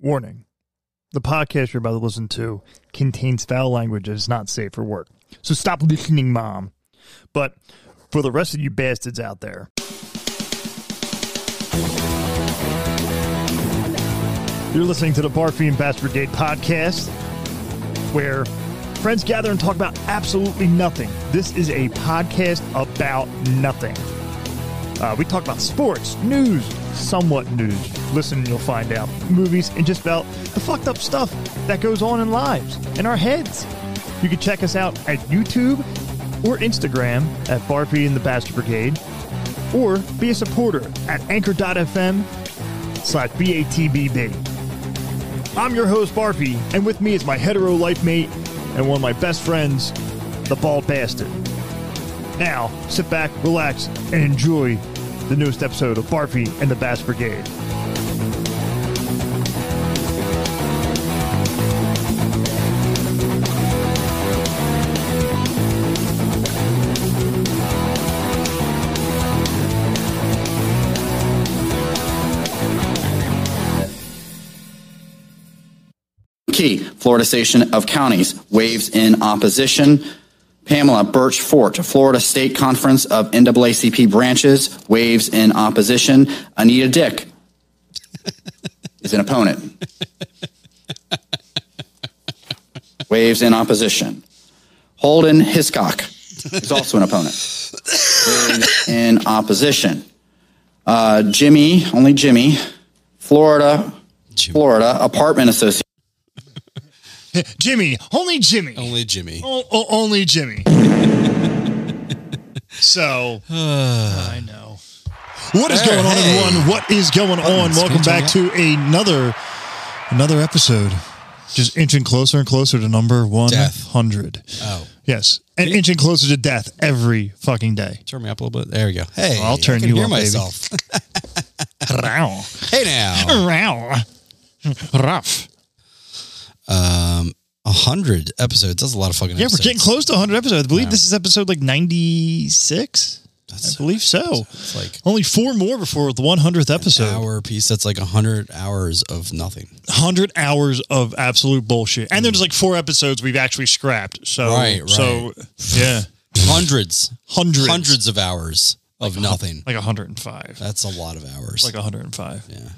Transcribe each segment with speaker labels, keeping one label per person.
Speaker 1: Warning The podcast you're about to listen to contains foul language that is not safe for work. So stop listening, Mom. But for the rest of you bastards out there, you're listening to the Barfy and Bass Brigade podcast, where friends gather and talk about absolutely nothing. This is a podcast about nothing. Uh, we talk about sports, news, somewhat news. Listen, you'll find out. Movies, and just about the fucked up stuff that goes on in lives, in our heads. You can check us out at YouTube or Instagram at Barfy and the Bastard Brigade, or be a supporter at anchor.fm slash BATBB. I'm your host, Barfy, and with me is my hetero life mate and one of my best friends, the Bald Bastard. Now, sit back, relax, and enjoy the newest episode of Barfy and the Bass Brigade.
Speaker 2: Key, Florida Station of Counties, waves in opposition. Pamela Birch Fort, Florida State Conference of NAACP branches, waves in opposition. Anita Dick is an opponent. Waves in opposition. Holden Hiscock is also an opponent. Waves in opposition. Uh, Jimmy, only Jimmy, Florida, Florida Apartment Association.
Speaker 1: Jimmy, only Jimmy,
Speaker 3: Only Jimmy.
Speaker 1: O- o- only Jimmy. so I know what is
Speaker 3: There,
Speaker 1: going on,
Speaker 3: hey.
Speaker 1: everyone. What is going on?
Speaker 3: it's
Speaker 1: Welcome
Speaker 3: good
Speaker 1: back to
Speaker 3: to
Speaker 1: another another episode. Just inching closer and closer to number one hundred.
Speaker 3: Oh.
Speaker 1: Yes, and inching closer to death every fucking day.
Speaker 3: Turn me up a little bit. There we go. Hey,
Speaker 1: I'll turn
Speaker 3: I can
Speaker 1: you
Speaker 3: hear
Speaker 1: up, baby.
Speaker 3: myself.
Speaker 1: Row,
Speaker 3: hey now,
Speaker 1: row, rough.
Speaker 3: um, a hundred episodes. That's a lot of fucking.
Speaker 1: Yeah,
Speaker 3: episodes.
Speaker 1: we're getting close to 100 episodes. I believe this is episode like 96. I believe so.
Speaker 3: It's like
Speaker 1: Only four more before the 100th episode.
Speaker 3: hour piece. That's like a hundred hours of nothing.
Speaker 1: 100 hours of absolute bullshit. And there's like four episodes we've actually scrapped. So,
Speaker 3: Right, right.
Speaker 1: so yeah,
Speaker 3: Hundreds,
Speaker 1: hundreds.
Speaker 3: hundreds of hours of nothing.
Speaker 1: Like 105.
Speaker 3: That's a lot of hours.
Speaker 1: Like 105.
Speaker 3: yeah,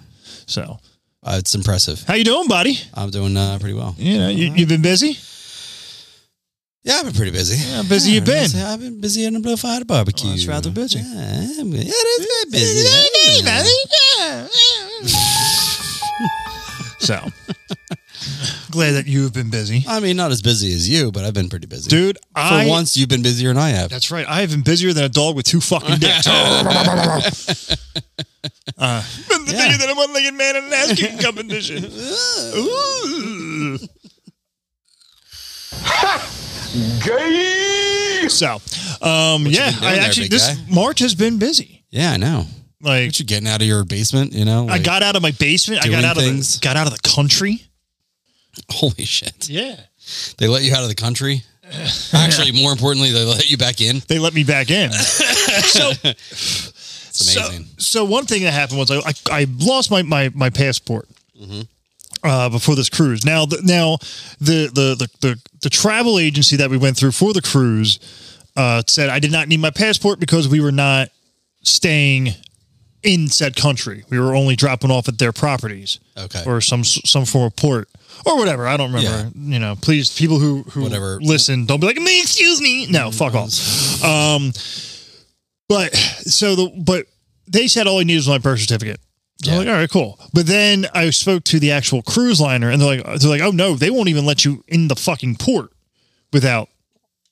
Speaker 1: So,
Speaker 3: uh, it's impressive.
Speaker 1: how you doing, buddy?
Speaker 3: I'm doing uh, pretty well.
Speaker 1: You know, you, you've been busy?
Speaker 3: Yeah, I've been pretty busy.
Speaker 1: How busy you been? Oh,
Speaker 3: I've been busy in a blue fire barbecue.
Speaker 1: that's rather busy.
Speaker 3: Yeah, I'm- yeah, it is good busy.
Speaker 1: So, glad that you've been busy.
Speaker 3: I mean, not as busy as you, but I've been pretty busy.
Speaker 1: Dude,
Speaker 3: For
Speaker 1: I
Speaker 3: once, you've been busier than I have.
Speaker 1: That's right. I have been busier than a dog with two fucking dicks. Uh, been the
Speaker 3: Yeah.
Speaker 1: bigger than a one-legged man in an ass kicking competition. Ooh. So, um, yeah,
Speaker 3: doing
Speaker 1: I
Speaker 3: there,
Speaker 1: actually
Speaker 3: big
Speaker 1: this
Speaker 3: guy?
Speaker 1: March has been busy.
Speaker 3: Yeah, I know.
Speaker 1: Like
Speaker 3: What you getting out of your basement? You know,
Speaker 1: I
Speaker 3: Like,
Speaker 1: got out of my basement. I
Speaker 3: doing
Speaker 1: got out
Speaker 3: things?
Speaker 1: of the, got out of the country.
Speaker 3: holy shit.
Speaker 1: Yeah,
Speaker 3: They let you out of the country. Actually, more importantly, they let you back in.
Speaker 1: they let me back in.
Speaker 3: It's amazing.
Speaker 1: So, so one thing that happened was I I, I lost my my my passport.
Speaker 3: Mm-hmm.
Speaker 1: Uh, before this cruise, now the, now the, the the the the travel agency that we went through for the cruise uh, said I did not need my passport because we were not staying in said country. We were only dropping off at their properties,
Speaker 3: Okay.
Speaker 1: or some some form of port or whatever. I don't remember. You know, please, people who who
Speaker 3: Whatever.
Speaker 1: listen, don't be like me. Excuse me.
Speaker 3: Hmm.
Speaker 1: No, fuck off. Um, but so the but they said all I needed was my birth certificate. So I'm
Speaker 3: Yeah.
Speaker 1: like, all right, cool. But then I spoke to the actual cruise liner, and they're like, they're like, oh no, they won't even let you in the fucking port without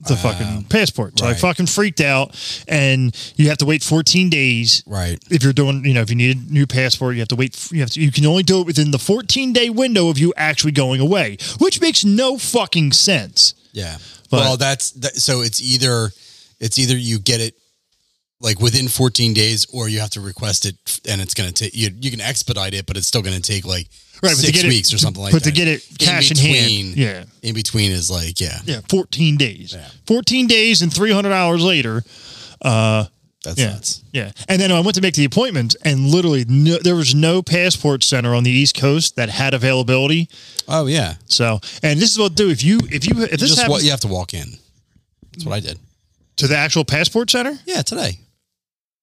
Speaker 1: the fucking passport. So I
Speaker 3: right.
Speaker 1: fucking freaked out, and you have to wait 14 days
Speaker 3: Right.
Speaker 1: if you're doing, you know, if you need a new passport, you have to wait. f- You have to, you can only do it within the 14 day window of you actually going away, which makes no fucking sense.
Speaker 3: Yeah.
Speaker 1: But-
Speaker 3: well, that's that, so. It's either it's either you get it like within 14 days, or you have to request it, and it's going to take you. You can expedite it, but it's still going to take like
Speaker 1: Right, but to
Speaker 3: six
Speaker 1: get it-
Speaker 3: weeks or something like
Speaker 1: but
Speaker 3: that.
Speaker 1: to get it cash in hand, yeah.
Speaker 3: In between is like yeah,
Speaker 1: Yeah, 14 days. 14 days and 300 hours later,
Speaker 3: That's
Speaker 1: Yeah.
Speaker 3: nuts.
Speaker 1: Yeah. And then I went to make the appointment, and literally, no, there was no passport center on the East Coast that had availability.
Speaker 3: Oh yeah.
Speaker 1: So, and this is what I'll do if you if you if this
Speaker 3: Just
Speaker 1: happens
Speaker 3: what you have to walk in. That's what I did.
Speaker 1: to the actual passport center,
Speaker 3: Yeah, today.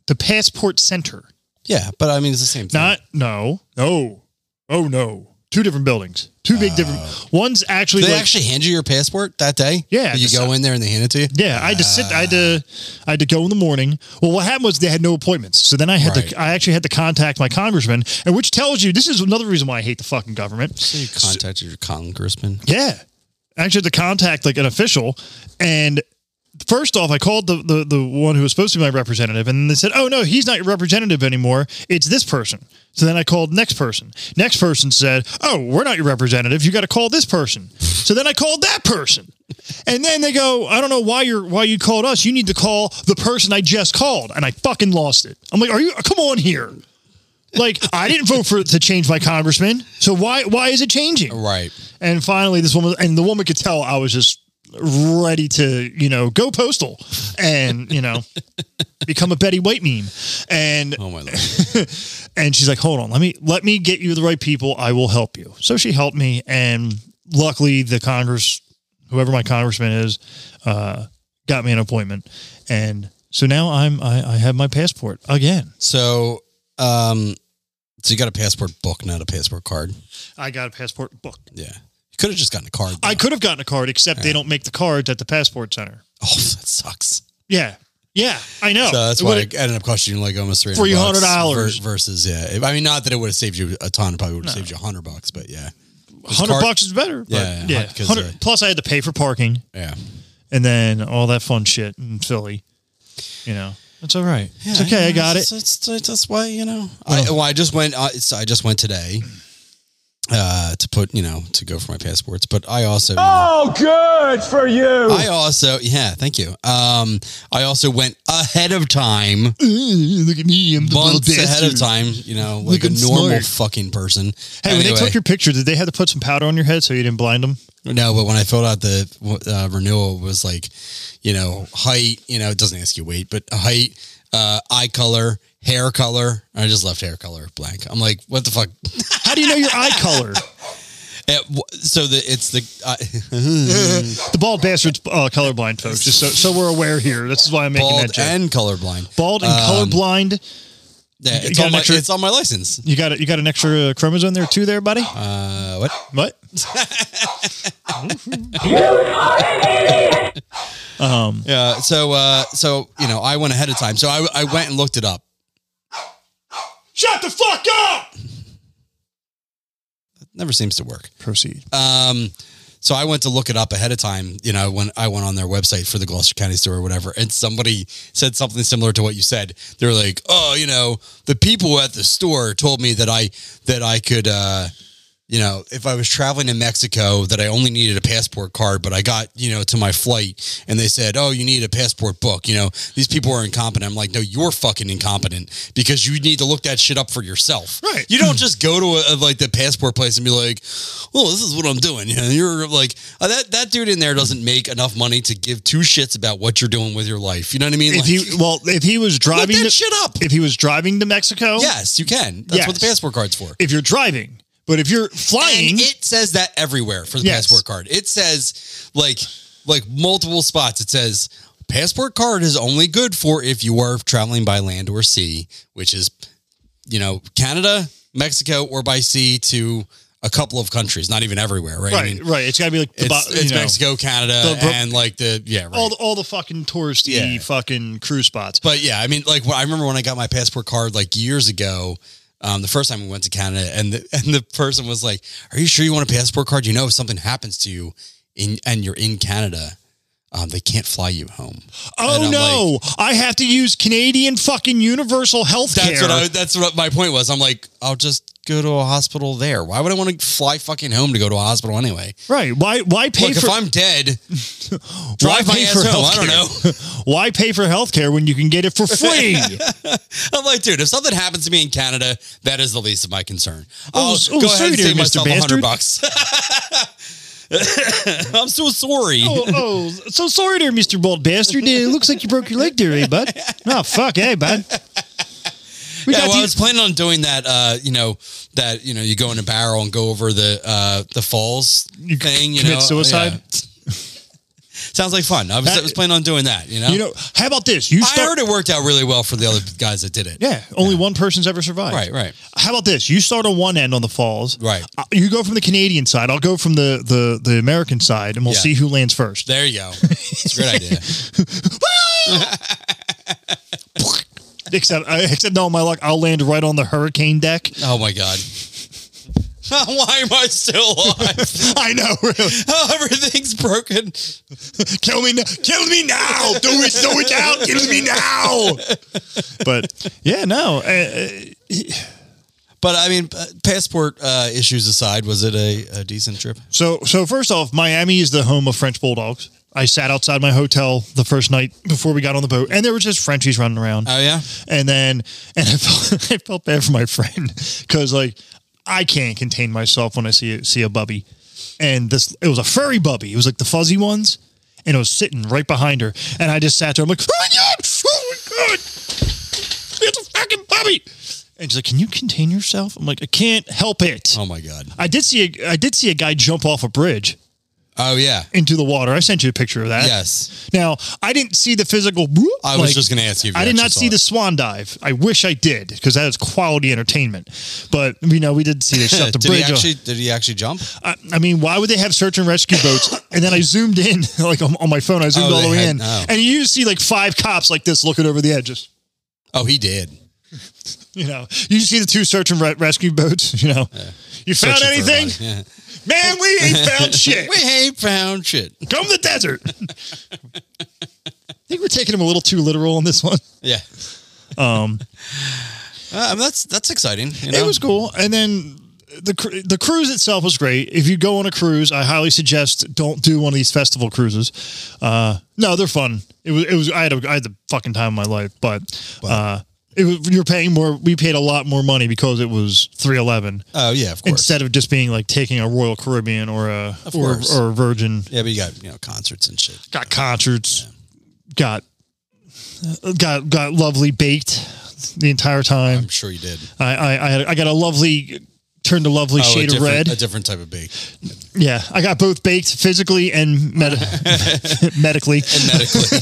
Speaker 1: the passport center,
Speaker 3: Yeah, but I mean it's the same thing.
Speaker 1: not no no oh no, two different buildings, two big different ones. Actually,
Speaker 3: Do they
Speaker 1: like-
Speaker 3: actually hand you your passport that day?
Speaker 1: Yeah,
Speaker 3: You
Speaker 1: just- uh,
Speaker 3: go in there and they hand it to you?
Speaker 1: Yeah, I had to sit. I had to, I had to go in the morning. Well, what happened was they had no appointments, so then I had
Speaker 3: Right.
Speaker 1: to. I actually had to contact my congressman, and which tells you this is another reason why I hate the fucking government.
Speaker 3: So you contacted your congressman.
Speaker 1: Yeah, I actually had to contact like an official, and first off, I called the the, the one who was supposed to be my representative, and they said, "Oh no, he's not your representative anymore. It's this person." So then I called next person. Next person said, "Oh, we're not your representative. You got to call this person." So then I called that person, and then they go, "I don't know why you're why you called us. You need to call the person I just called." And I fucking lost it. I'm like, "Are you? Come on here." Like I didn't vote for to change my congressman, so why why is it changing?
Speaker 3: Right.
Speaker 1: And finally, this woman and the woman could tell I was just ready to, you know, go postal and you know become a Betty White meme. And
Speaker 3: Oh my lord.
Speaker 1: and she's like, "Hold on, let me let me get you the right people. I will help you." So she helped me, and luckily, the Congress, whoever my congressman is, uh, got me an appointment, and so now I'm I, I have my passport again.
Speaker 3: So um so you got a passport book, not a passport card.
Speaker 1: I got a passport book.
Speaker 3: Yeah. You could have just gotten a card.
Speaker 1: I
Speaker 3: though.
Speaker 1: could have gotten a card, except they don't make the cards at the passport center.
Speaker 3: oh, that sucks.
Speaker 1: Yeah. Yeah, I know.
Speaker 3: So that's
Speaker 1: Oh, It
Speaker 3: why
Speaker 1: would've-
Speaker 3: it ended up costing you like almost three
Speaker 1: $300
Speaker 3: versus yeah. If- I mean, not that it would have saved you a ton. It probably would have saved you a hundred bucks, but yeah,
Speaker 1: hundred
Speaker 3: card-
Speaker 1: bucks is better. But yeah,
Speaker 3: Yeah, yeah, hun- 'cause,
Speaker 1: 100
Speaker 3: uh,
Speaker 1: plus I had to pay for parking
Speaker 3: yeah.
Speaker 1: and then all that fun shit in Philly. You know, that's all right. it's okay. I got it.
Speaker 3: It's, it's, it's- that's why you know. I, well, I just went. I, so I just went today uh, to put you know to go for my passports, but I also. you know,
Speaker 4: Oh, good for you.
Speaker 3: I also yeah, thank you. Um, I also went ahead of time,
Speaker 1: Look at me. I'm the
Speaker 3: months ahead of time. You know, like a
Speaker 1: Looking
Speaker 3: normal
Speaker 1: smart.
Speaker 3: fucking person.
Speaker 1: Hey, when they
Speaker 3: Anyway.
Speaker 1: took your picture, did they have to put some powder on your head so you didn't blind them?
Speaker 3: No, but when I filled out the uh, renewal, it was like, you know, height. You know, it doesn't ask you weight, but height, uh, eye color, hair color. I just left hair color blank. I'm like, what the fuck?
Speaker 1: How do you know your eye color?
Speaker 3: Eh, wh- so the it's the uh,
Speaker 1: The bald bastard's uh, colorblind, folks. Just so, so we're aware here. This is why I'm making
Speaker 3: bald
Speaker 1: that joke.
Speaker 3: and um, colorblind.
Speaker 1: bald and colorblind.
Speaker 3: Yeah,
Speaker 1: you
Speaker 3: it's
Speaker 1: got an
Speaker 3: on my
Speaker 1: extra-
Speaker 3: it's on my license.
Speaker 1: You got it. You got an extra uh, chromosome there too, there, buddy.
Speaker 3: Uh, what?
Speaker 1: What? Um,
Speaker 3: Yeah. So uh, so you know, I went ahead of time. So I I went and looked it up.
Speaker 1: Shut the fuck up.
Speaker 3: Never seems to work.
Speaker 1: Proceed.
Speaker 3: Um, so I went to look it up ahead of time, you know, when I went on their website for the Gloucester County store or whatever, and somebody said something similar to what you said. They're like, "Oh, you know, the people at the store told me that I that I could, uh, you know, if I was traveling to Mexico, that I only needed a passport card, but I got, you know, to my flight, and they said, "Oh, you need a passport book." You know, these people are incompetent. I'm like, "No, you're fucking incompetent because you need to look that shit up for yourself."
Speaker 1: Right.
Speaker 3: You don't just go to a, a, like the passport place and be like, "Well, this is what I'm doing." You know, you're like uh, that that dude in there doesn't make enough money to give two shits about what you're doing with your life. You know what I mean?
Speaker 1: If
Speaker 3: Like,
Speaker 1: he well, if he was
Speaker 3: look
Speaker 1: driving
Speaker 3: that
Speaker 1: to-
Speaker 3: shit up.
Speaker 1: if he was driving to Mexico,
Speaker 3: yes, you can. That's what the
Speaker 1: Yes.
Speaker 3: passport card's for.
Speaker 1: If you're driving, but if you're flying,
Speaker 3: And it says that everywhere for the
Speaker 1: Yes.
Speaker 3: passport card. It says like like multiple spots. It says passport card is only good for if you are traveling by land or sea, which is you know Canada, Mexico, or by sea to a couple of countries. Not even everywhere, right? I
Speaker 1: right,
Speaker 3: mean,
Speaker 1: right, it's got to be like the
Speaker 3: it's,
Speaker 1: bo- you
Speaker 3: it's
Speaker 1: know,
Speaker 3: Mexico, Canada,
Speaker 1: The bro-
Speaker 3: and like the yeah, right.
Speaker 1: all the, all the fucking touristy
Speaker 3: Yeah.
Speaker 1: fucking cruise spots.
Speaker 3: But yeah, I mean, like when- I remember when I got my passport card like years ago. Um, the first time we went to Canada, and the and the person was like, "Are you sure you want a passport card? You know, if something happens to you in and you're in Canada, um, they can't fly you home." And
Speaker 1: oh
Speaker 3: I'm
Speaker 1: no, I have to use Canadian fucking universal health
Speaker 3: That's
Speaker 1: care.
Speaker 3: what I, that's what my point was. I'm like, I'll just go to a hospital there. Why would I want to fly fucking home to go to a hospital anyway?
Speaker 1: right? Why why pay
Speaker 3: Look,
Speaker 1: for
Speaker 3: if I'm dead,
Speaker 1: why
Speaker 3: drive my
Speaker 1: pay
Speaker 3: ass
Speaker 1: for
Speaker 3: home. I don't
Speaker 1: healthcare? why pay for health care when you can get it for free?
Speaker 3: I'm like, dude, if something happens to me in Canada, that is the least of my concern. I'll
Speaker 1: Oh, s- oh,
Speaker 3: go
Speaker 1: sorry
Speaker 3: ahead and
Speaker 1: there,
Speaker 3: save
Speaker 1: Mr.
Speaker 3: myself a hundred
Speaker 1: Bastard.
Speaker 3: bucks. I'm so sorry.
Speaker 1: Oh, oh, so sorry there, Mr. Bald Bastard. It looks like you broke your leg there, eh, bud? No, fuck, hey, bud. We
Speaker 3: yeah,
Speaker 1: got
Speaker 3: well, I
Speaker 1: you.
Speaker 3: was planning on doing that. Uh, you know that you know you go in a barrel and go over the uh, the falls
Speaker 1: You c-
Speaker 3: thing. You
Speaker 1: commit
Speaker 3: know,
Speaker 1: suicide?
Speaker 3: Yeah. Sounds like fun. I was, I was planning on doing that. You know,
Speaker 1: you know, how about this? You
Speaker 3: I
Speaker 1: start.
Speaker 3: heard it worked out really well for the other guys that did it.
Speaker 1: Yeah, only one person's ever survived.
Speaker 3: Right, right.
Speaker 1: How about this? You start on one end on the falls.
Speaker 3: Right.
Speaker 1: Uh, You go from the Canadian side. I'll go from the the, the American side, and we'll
Speaker 3: Yeah.
Speaker 1: see who lands first.
Speaker 3: There you go. It's a great idea.
Speaker 1: except, uh, except no, my luck, I'll land right on the hurricane deck.
Speaker 3: Oh my god. Why am I still alive?
Speaker 1: I know. Really.
Speaker 3: oh, everything's broken.
Speaker 1: Kill me now. Kill me now. Do it. Do it now. Kill me now. But yeah, no. Uh, uh,
Speaker 3: But I mean, p- passport uh, issues aside, was it a, a decent trip?
Speaker 1: so so first off, Miami is the home of French bulldogs. I sat outside my hotel the first night before we got on the boat, and there were just Frenchies running around.
Speaker 3: Oh yeah.
Speaker 1: and then and I felt, I felt bad for my friend because like I can't contain myself when I see see a bubby, and this it was a furry bubby. It was like the fuzzy ones, and it was sitting right behind her, and I just sat there. I'm like, oh my god, oh my god, it's a fucking bubby. And she's like, "Can you contain yourself?" I'm like, "I can't help it."
Speaker 3: Oh my god.
Speaker 1: I did see a I did see a guy jump off a bridge
Speaker 3: Oh yeah.
Speaker 1: into the water. I sent you a picture of that.
Speaker 3: Yes.
Speaker 1: Now I didn't see the physical.
Speaker 3: I was just gonna ask you if you
Speaker 1: I did not
Speaker 3: actually saw
Speaker 1: see
Speaker 3: it.
Speaker 1: the swan dive. I wish I did because that is quality entertainment. But you know, we did see they shut the
Speaker 3: did he
Speaker 1: bridge. uh, off.
Speaker 3: actually? Did he actually jump?
Speaker 1: I, I mean, why would they have search and rescue boats? and then I zoomed in, like on, on my phone, I zoomed
Speaker 3: Oh,
Speaker 1: all the
Speaker 3: they
Speaker 1: way
Speaker 3: had-
Speaker 1: in,
Speaker 3: oh.
Speaker 1: and you just see like five cops like this looking over the edge. Just
Speaker 3: Oh, he did.
Speaker 1: you know, you see the two search and re- rescue boats. You know, you found
Speaker 3: Searching for
Speaker 1: anything,
Speaker 3: a body. Yeah.
Speaker 1: man? We ain't found shit.
Speaker 3: We ain't found shit.
Speaker 1: Come the desert. I think we're taking him a little too literal on this one.
Speaker 3: Yeah. Um. that's that's exciting. you
Speaker 1: It
Speaker 3: know?
Speaker 1: was cool, and then the cru- the cruise itself was great. If you go on a cruise, I highly suggest don't do one of these festival cruises. Uh, no, they're fun. It was it was I had a, I had the fucking time of my life, but uh, it was, you're paying more. We paid a lot more money because it was three eleven
Speaker 3: Oh yeah, of course.
Speaker 1: instead of just being like taking a Royal Caribbean or a or,
Speaker 3: course.
Speaker 1: or a Virgin.
Speaker 3: yeah, but you got you know concerts and shit.
Speaker 1: Got concerts. Got got got lovely baked the entire time.
Speaker 3: I'm sure you did. Oh,
Speaker 1: I I I, had, I got a lovely turned a lovely
Speaker 3: a
Speaker 1: shade of red.
Speaker 3: different- A different type of bake.
Speaker 1: yeah, I got both baked physically and med- medically,
Speaker 3: Medically.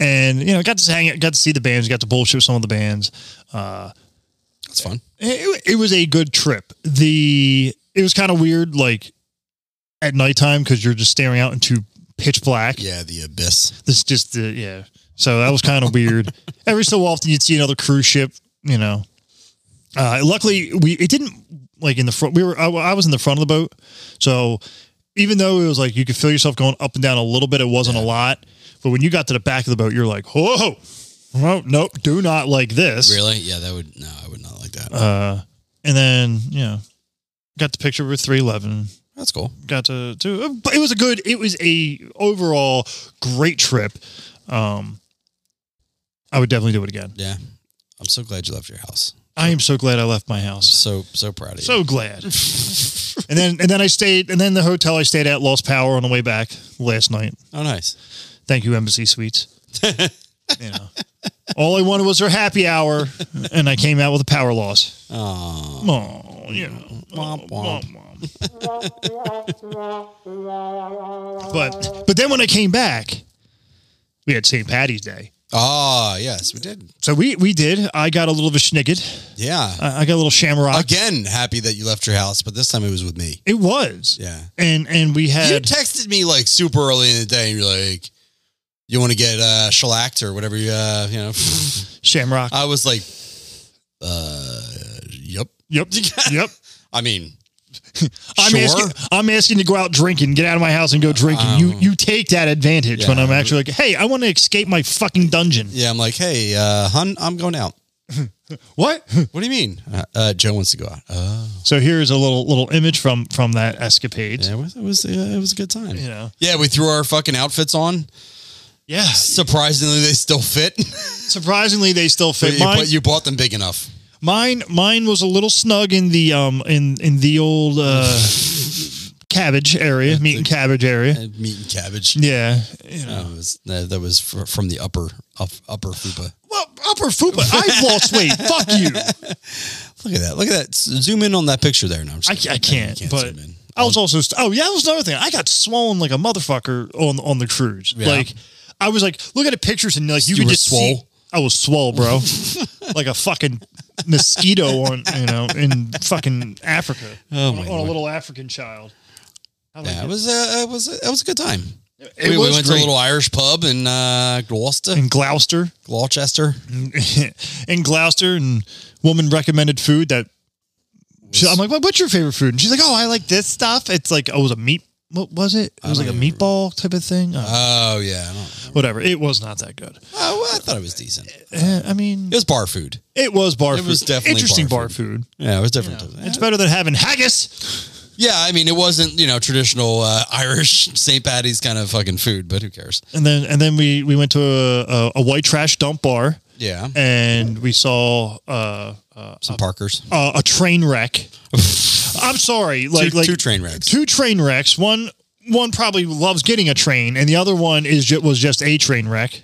Speaker 1: and you know, got to hang, got to see the bands, got to bullshit with some of the bands.
Speaker 3: That's fun.
Speaker 1: It, it was a good trip. The it was kind of weird, like at nighttime because you're just staring out into pitch black.
Speaker 3: Yeah, the abyss.
Speaker 1: This just the yeah. So that was kind of weird. Every so often you'd see another cruise ship, you know. Uh, luckily we it didn't like in the front. We were I, I was in the front of the boat, so even though it was like you could feel yourself going up and down a little bit, it wasn't a lot. But when you got to the back of the boat, you're like, whoa, no, nope, do not like this.
Speaker 3: Really? Yeah, that would no, I would not like
Speaker 1: Uh,
Speaker 3: that.
Speaker 1: And then you know, got the picture with three eleven.
Speaker 3: that's cool.
Speaker 1: got to do but it was a good it was a overall great trip um i would definitely do it again
Speaker 3: Yeah. I'm so glad you left your house.
Speaker 1: i am so glad i left my house
Speaker 3: So so proud of you.
Speaker 1: so glad and then and then i stayed and then the hotel i stayed at lost power on the way back last night
Speaker 3: oh nice.
Speaker 1: thank you embassy suites you know all i wanted was their happy hour and i came out with a power loss
Speaker 3: Oh.
Speaker 1: oh you know
Speaker 3: Womp, womp.
Speaker 1: but but then when i came back we had st patty's day
Speaker 3: Ah, yes, we did.
Speaker 1: So we we did. I got a little vishnigged.
Speaker 3: Yeah.
Speaker 1: I I got a little shamrock.
Speaker 3: Again, happy that you left your house, but this time it was with me.
Speaker 1: It was.
Speaker 3: Yeah.
Speaker 1: And and we
Speaker 3: You
Speaker 1: had
Speaker 3: texted me like super early in the day and you're like, you want to get uh, shellacked or whatever you, uh, you know.
Speaker 1: shamrock.
Speaker 3: I was like, uh, yep.
Speaker 1: yep. yep.
Speaker 3: I mean,
Speaker 1: I'm
Speaker 3: Sure. Um,
Speaker 1: asking I'm asking to go out drinking, get out of my house and go drinking. you you take that advantage when I'm actually like, "Hey, I want to escape my fucking dungeon."
Speaker 3: yeah, I'm like, hey, uh, hun, I'm going out.
Speaker 1: What?
Speaker 3: What do you mean? Uh, uh, Joe wants to go out. Oh,
Speaker 1: so here's a little little image from from that escapade.
Speaker 3: yeah, it was, it was, uh, it was a good time.
Speaker 1: You know.
Speaker 3: Yeah, we threw our fucking outfits on.
Speaker 1: Yeah.
Speaker 3: Surprisingly, they still fit.
Speaker 1: Surprisingly, they still
Speaker 3: but
Speaker 1: fit
Speaker 3: you,
Speaker 1: mine.
Speaker 3: but you bought them big enough.
Speaker 1: Mine mine was a little snug in the um in in the old uh cabbage area, meat and cabbage area.
Speaker 3: And Uh, meat and cabbage.
Speaker 1: Yeah, you know.
Speaker 3: Uh, it was- that that was fr- from the upper up, upper fupa.
Speaker 1: Well, upper fupa. I've lost weight. Fuck you.
Speaker 3: Look at that! Look at that! S- Zoom in on that picture there. No, I'm just
Speaker 1: I, I
Speaker 3: kidding. No, you
Speaker 1: can't. but
Speaker 3: zoom in.
Speaker 1: I was also. St- oh yeah, that was another thing. I got swollen like a motherfucker on on the cruise.
Speaker 3: Yeah.
Speaker 1: Like I was like, look at the pictures and like you,
Speaker 3: You
Speaker 1: could
Speaker 3: were
Speaker 1: just see.
Speaker 3: swole?
Speaker 1: I was swole, bro. like a fucking mosquito on you know in fucking Africa.
Speaker 3: Oh,
Speaker 1: on,
Speaker 3: my
Speaker 1: on a
Speaker 3: Lord.
Speaker 1: little African child. I was
Speaker 3: yeah,
Speaker 1: like,
Speaker 3: it was uh, it was it was a good time.
Speaker 1: It
Speaker 3: we, we
Speaker 1: was
Speaker 3: went to
Speaker 1: great.
Speaker 3: a little Irish pub in uh, Gloucester,
Speaker 1: in Gloucester,
Speaker 3: Gloucester.
Speaker 1: in Gloucester, and woman recommended food that. She, I'm like, what, what's your favorite food? And she's like, oh, I like this stuff. It's like, oh, it was a meat. What was it? It was like a meatball type of thing. Uh,
Speaker 3: Oh yeah, I, don't,
Speaker 1: whatever. It was not that good.
Speaker 3: oh, well, I thought it was decent. It
Speaker 1: Eh, I mean,
Speaker 3: was bar food.
Speaker 1: it was bar
Speaker 3: it
Speaker 1: food.
Speaker 3: was definitely
Speaker 1: interesting
Speaker 3: bar
Speaker 1: bar food.
Speaker 3: Yeah, it was different.
Speaker 1: It's better than having haggis.
Speaker 3: yeah, I mean, it wasn't you know traditional uh, Irish St. Patty's kind of fucking food, but who cares?
Speaker 1: And then and then we we went to a, a, a white trash dump bar.
Speaker 3: Yeah.
Speaker 1: And we saw uh,
Speaker 3: Some Parkers.
Speaker 1: uh, a train wreck. I'm sorry, like
Speaker 3: Two-
Speaker 1: like
Speaker 3: two train wrecks.
Speaker 1: Two train wrecks. One one probably loves getting a train, and the other one is ju- was just a train wreck.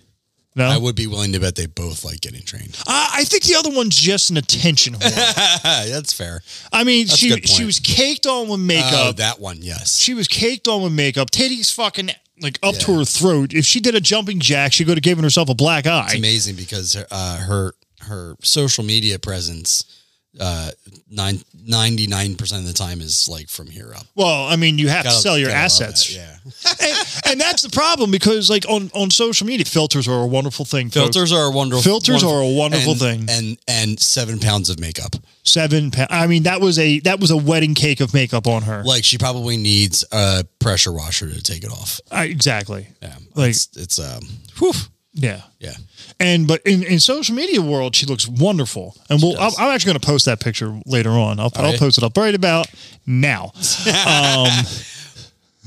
Speaker 1: No,
Speaker 3: I
Speaker 1: I,
Speaker 3: would be willing to bet they both like getting trained.
Speaker 1: I think the other one's just an attention whore.
Speaker 3: That's fair.
Speaker 1: I mean,
Speaker 3: a
Speaker 1: she
Speaker 3: good
Speaker 1: she
Speaker 3: point.
Speaker 1: was caked on with
Speaker 3: Oh,
Speaker 1: makeup.
Speaker 3: that one, yes.
Speaker 1: she was caked on with makeup, titties fucking like up to her throat. If she did a jumping jack, she could have given herself a black eye.
Speaker 3: It's amazing because her uh, her, her social media presence uh, nine, 99% of the time is like from here up.
Speaker 1: Well, I mean, you have to
Speaker 3: Gotta-
Speaker 1: sell your
Speaker 3: gotta love
Speaker 1: assets,
Speaker 3: that, Yeah.
Speaker 1: and, and that's the problem because, like on on social media, filters are a wonderful thing. folks.
Speaker 3: Filters are a wonderful
Speaker 1: Filters are a wonderful
Speaker 3: and-
Speaker 1: thing.
Speaker 3: And and seven pounds of makeup.
Speaker 1: seven pounds. I mean, that was a that was a wedding cake of makeup on her.
Speaker 3: Like she probably needs a pressure washer to take it off.
Speaker 1: I, exactly.
Speaker 3: Yeah.
Speaker 1: Like-
Speaker 3: it's, it's um whew.
Speaker 1: Yeah.
Speaker 3: Yeah.
Speaker 1: And but in, in social media world, she looks wonderful, and we'll I'm,
Speaker 3: does.
Speaker 1: I'm actually going to post that picture later on. I'll, I'll
Speaker 3: yeah?
Speaker 1: post it up right about now. Um,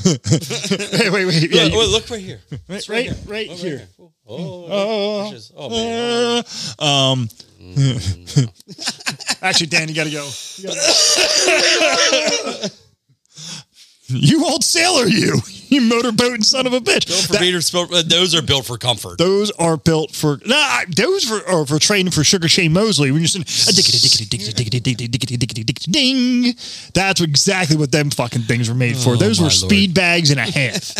Speaker 1: wait, wait, wait, yeah,
Speaker 3: Look-
Speaker 1: you-
Speaker 3: oh, look right here.
Speaker 1: right, right, right here.
Speaker 3: Oh, oh, oh man.
Speaker 1: uh, Um, actually, Dan, you got to go. You, gotta go. You old sailor, you you motorboating son of a bitch.
Speaker 3: For
Speaker 1: That-
Speaker 3: Peter's built- uh, those are built for comfort.
Speaker 1: those are built for nah, I- those for, are for training for Sugar Shane Mosley. When you're sitting, "Ah, dickety, dickety, dickety, dickety, dickety, dickety, dickety, dickety, ding, that's exactly what them fucking things were made for. Those
Speaker 3: Oh, my
Speaker 1: were
Speaker 3: Lord.
Speaker 1: speed bags and a half.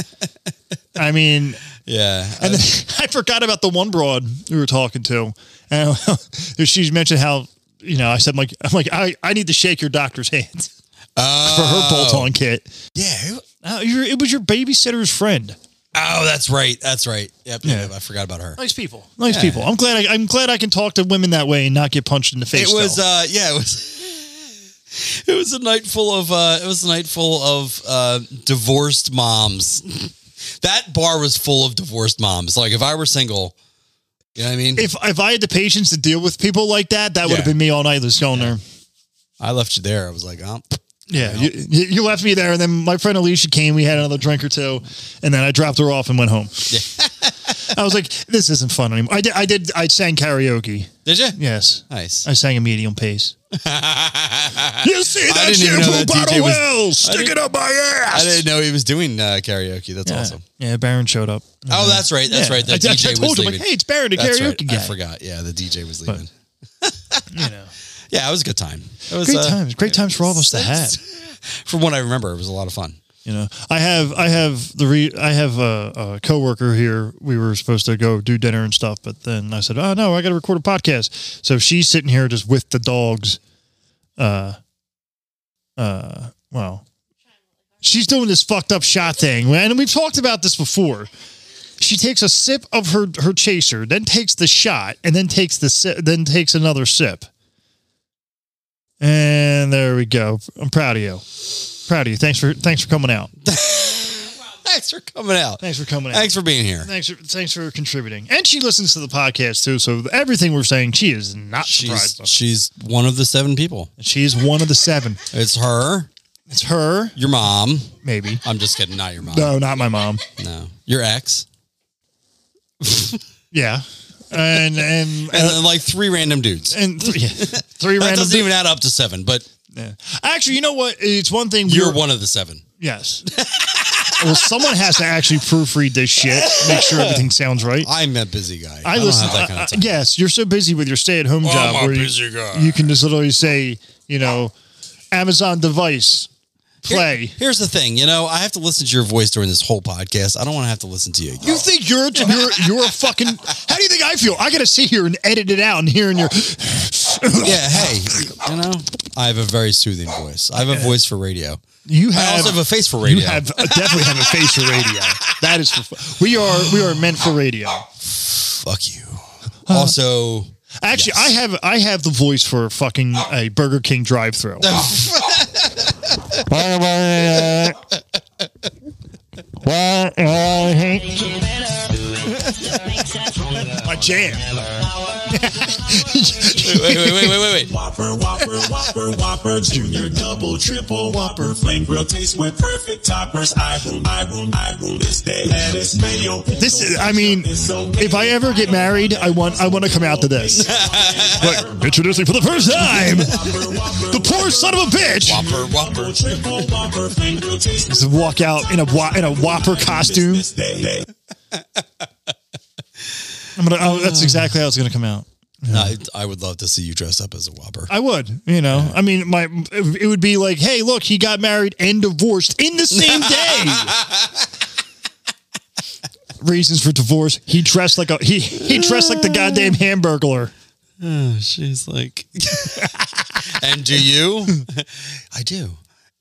Speaker 1: I mean,
Speaker 3: Yeah.
Speaker 1: and then I forgot about the one broad we were talking to, and she mentioned how you know I said like I'm like I, I need to shake your doctor's hands for
Speaker 3: Oh.
Speaker 1: her bolt on kit.
Speaker 3: Yeah. who-
Speaker 1: Uh, your- it was your babysitter's friend.
Speaker 3: Oh, that's right. That's right. Yep.
Speaker 1: Yeah.
Speaker 3: yep, I forgot about her.
Speaker 1: Nice people. Nice people. I'm glad. I, I'm glad I can talk to women that way and not get punched in the face.
Speaker 3: It was.
Speaker 1: still.
Speaker 3: Uh, yeah. It was. It was a night full of. Uh, it was a night full of uh, divorced moms. that bar was full of divorced moms. Like if I were single, you know what I mean.
Speaker 1: if if I had the patience to deal with people like that, that would have
Speaker 3: Yeah.
Speaker 1: been me all night. Just going there.
Speaker 3: I left you there. I was like, um,
Speaker 1: Yeah, you, you you left me there, and then my friend Alicia came. We had another drink or two, and then I dropped her off and went home. I was like, "This isn't fun anymore." I did. I did. I sang karaoke.
Speaker 3: did you?
Speaker 1: Yes,
Speaker 3: Nice.
Speaker 1: I sang a medium pace. you see
Speaker 3: I
Speaker 1: that
Speaker 3: didn't even know
Speaker 1: shampoo
Speaker 3: that DJ
Speaker 1: bottle
Speaker 3: was-
Speaker 1: well? Stick it up my
Speaker 3: I
Speaker 1: ass.
Speaker 3: didn't know he was doing uh, karaoke. That's
Speaker 1: Yeah.
Speaker 3: awesome.
Speaker 1: Yeah, Baron showed up.
Speaker 3: Oh, that's right. That's
Speaker 1: Yeah.
Speaker 3: right. The
Speaker 1: I, I
Speaker 3: DJ
Speaker 1: told
Speaker 3: was
Speaker 1: him
Speaker 3: leaving.
Speaker 1: like, "Hey, it's Baron, the
Speaker 3: That's
Speaker 1: karaoke
Speaker 3: right.
Speaker 1: guy."
Speaker 3: I forgot. Yeah, the DJ was leaving.
Speaker 1: You know,
Speaker 3: yeah, it was a good time. It was
Speaker 1: great
Speaker 3: uh,
Speaker 1: times. Great times for all of us to have.
Speaker 3: From what I remember, it was a lot of fun.
Speaker 1: You know, I have I have the re I have a, a coworker here. We were supposed to go do dinner and stuff, but then I said, "Oh no, I got to record a podcast." So she's sitting here just with the dogs. Uh, uh, well, she's doing this fucked up shot thing, and we've talked about this before. She takes a sip of her her chaser, then takes the shot, and then takes the si- then takes another sip. And there we go. I'm proud of you. Proud of you. Thanks for thanks for coming out.
Speaker 3: Thanks for coming out.
Speaker 1: Thanks for coming out.
Speaker 3: Thanks for being here.
Speaker 1: Thanks for, thanks for contributing. And she listens to the podcast too, so everything we're saying, she is not
Speaker 3: She's
Speaker 1: surprised. by.
Speaker 3: she's one of the seven people.
Speaker 1: She's one of the seven.
Speaker 3: It's her,
Speaker 1: It's her,
Speaker 3: your mom.
Speaker 1: maybe.
Speaker 3: I'm just kidding, not your mom. No,
Speaker 1: No, not my mom.
Speaker 3: your ex,
Speaker 1: Yeah, and and
Speaker 3: and
Speaker 1: and,
Speaker 3: then like three random dudes.
Speaker 1: and three, yeah. three
Speaker 3: That
Speaker 1: random.
Speaker 3: doesn't even add up to seven, but
Speaker 1: Yeah. Actually, you know what? It's one thing. we
Speaker 3: You're
Speaker 1: were-
Speaker 3: one of the seven.
Speaker 1: Yes. well, someone has to actually proofread this shit, make sure everything sounds right.
Speaker 3: I'm a busy guy.
Speaker 1: I,
Speaker 3: I, don't
Speaker 1: listen. uh,
Speaker 3: have that kind of
Speaker 1: I-
Speaker 3: time.
Speaker 1: yes, you're so busy with your stay-at-home job
Speaker 3: I'm a
Speaker 1: where you-
Speaker 3: busy guy.
Speaker 1: you can just literally say, you know, Amazon device, play.
Speaker 3: Here- here's the thing, you know, I have to listen to your voice during this whole podcast. I don't want to have to listen to you.
Speaker 1: You think you're you're you're a fucking? How do you think I feel? I gotta sit here and edit it out and hearing your.
Speaker 3: yeah, hey, you know, I have a very soothing voice. I have a voice for radio.
Speaker 1: You have.
Speaker 3: I also have a face for radio.
Speaker 1: You have definitely have a face for radio. That is for fu- we are we are meant for radio.
Speaker 3: Fuck you. Also,
Speaker 1: Actually, I have I have the voice for fucking a Burger King drive-through. My jam.
Speaker 3: wait, wait, wait, wait, wait, wait.
Speaker 5: Whopper, Whopper, Whopper, Whopper, Junior, Double, Triple, Whopper, Flame Grill taste with perfect toppers. I rule, I rule, I rule this day. Lettuce, mayo,
Speaker 1: This is, I mean, if I ever get married, I want I want to come out to this. like, introducing for the first time, the poor son of a bitch.
Speaker 3: Whopper, whopper.
Speaker 5: Triple, Whopper, Flame Grill taste
Speaker 1: Just walk out in a wa- in a whopper costume.
Speaker 5: this day.
Speaker 1: I'm gonna. Oh, that's exactly how it's gonna come out.
Speaker 3: I, I would love to see you dressed up as a whopper.
Speaker 1: I would, you know. I mean, my it would be like, hey, look, he got married and divorced in the same day. Reasons for divorce. He dressed like a he he dressed like the goddamn hamburglar.
Speaker 3: She's like, and do you? I do.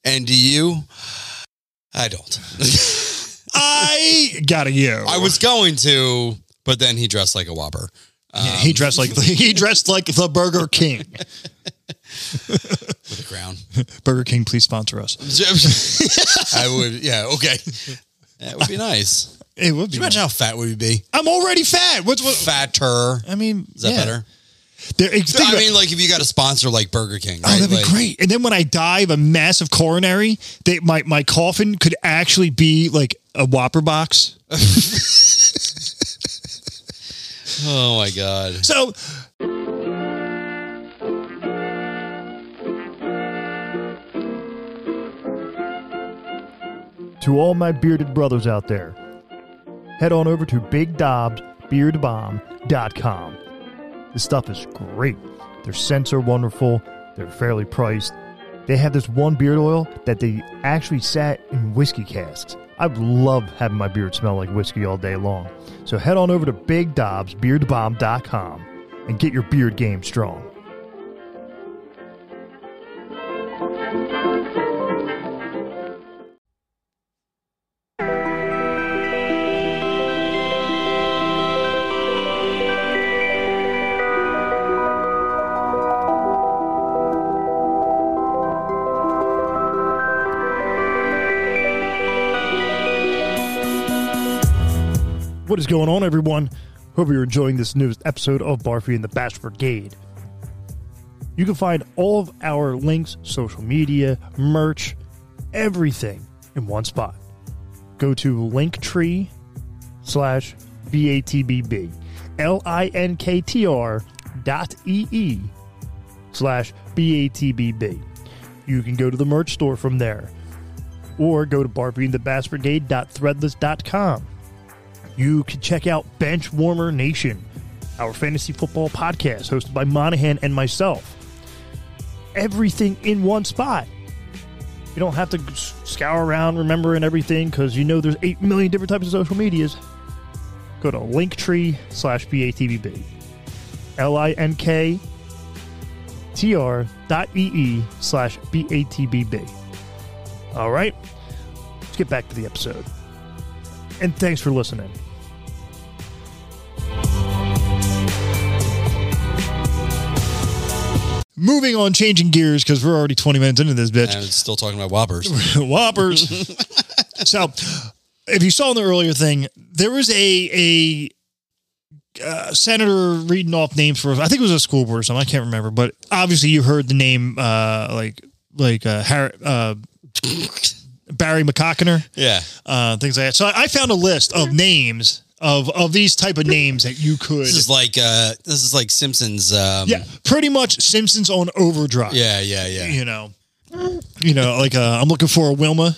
Speaker 3: And do you? I don't.
Speaker 1: I got a you.
Speaker 3: I was going to, but then he dressed like a whopper.
Speaker 1: Yeah, he dressed like he dressed like the Burger King.
Speaker 3: The crown.
Speaker 1: Burger King, please sponsor us.
Speaker 3: I would, yeah, okay. That would be nice.
Speaker 1: It would be.
Speaker 3: Imagine how fat would we be?
Speaker 1: I'm already fat. What's what?
Speaker 3: Fatter.
Speaker 1: I mean,
Speaker 3: Is that
Speaker 1: yeah.
Speaker 3: better?
Speaker 1: There- think
Speaker 3: I
Speaker 1: about-
Speaker 3: mean, like if you got a sponsor like Burger King,
Speaker 1: Oh,
Speaker 3: right?
Speaker 1: that'd be
Speaker 3: Like,
Speaker 1: great. And then when I die of a massive coronary, they, my, my coffin could actually be like a Whopper box.
Speaker 3: Oh my god.
Speaker 1: So
Speaker 6: To all my bearded brothers out there, head on over to BigDobsBeardBomb.com. This stuff is great. Their scents are wonderful. They're fairly priced. They have this one beard oil that they actually sat in whiskey casks. I love having my beard smell like whiskey all day long. So head on over to BigDobsBeardBomb.com and get your beard game strong. What is going on, everyone? Hope you're enjoying this newest episode of Barfy and the Bash Brigade. You can find all of our links, social media, merch, everything in one spot. Go to linktree slash BATBB, L-I-N-K-T-R dot E-E slash BATBB. You can go to the merch store from there or go to barfyandthebashbrigade.threadless.com you can check out Bench Warmer Nation, our fantasy football podcast hosted by Monahan and myself. Everything in one spot. You don't have to s- scour around remembering everything because you know there's 8 million different types of social medias. Go to linktree slash BATBB. L I N K T R dot EE slash BATBB. All right, let's get back to the episode. And thanks for listening.
Speaker 1: moving on, changing gears because we're already 20 minutes into this bitch.
Speaker 3: And still talking about whoppers.
Speaker 1: Whoppers. so if you saw in the earlier thing, there was a, a uh, senator reading off names for, I think it was a school board or something. I can't remember, but obviously you heard the name, uh, like, like, uh, Har- uh, Barry McCockiner.
Speaker 3: Yeah.
Speaker 1: uh, things like that. So I, I found a list of names of of these type of names that you could.
Speaker 3: This is like uh this is like Simpsons um
Speaker 1: yeah, pretty much Simpsons on overdrive.
Speaker 3: yeah, yeah, yeah.
Speaker 1: you know. you know, like uh, I'm looking for a Wilma,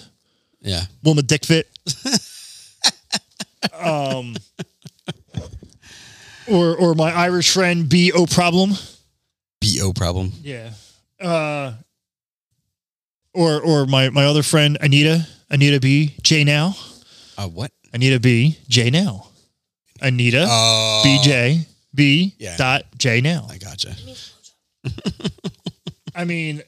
Speaker 3: Yeah.
Speaker 1: Wilma Dick Fit. um, or or my Irish friend B O problem.
Speaker 3: BO problem.
Speaker 1: Yeah. Uh, or or my my other friend Anita Anita B J now
Speaker 3: Uh, what?
Speaker 1: Anita B J now Anita
Speaker 3: Oh.
Speaker 1: BJ B
Speaker 3: Yeah.
Speaker 1: dot J now.
Speaker 3: I gotcha.
Speaker 1: I mean,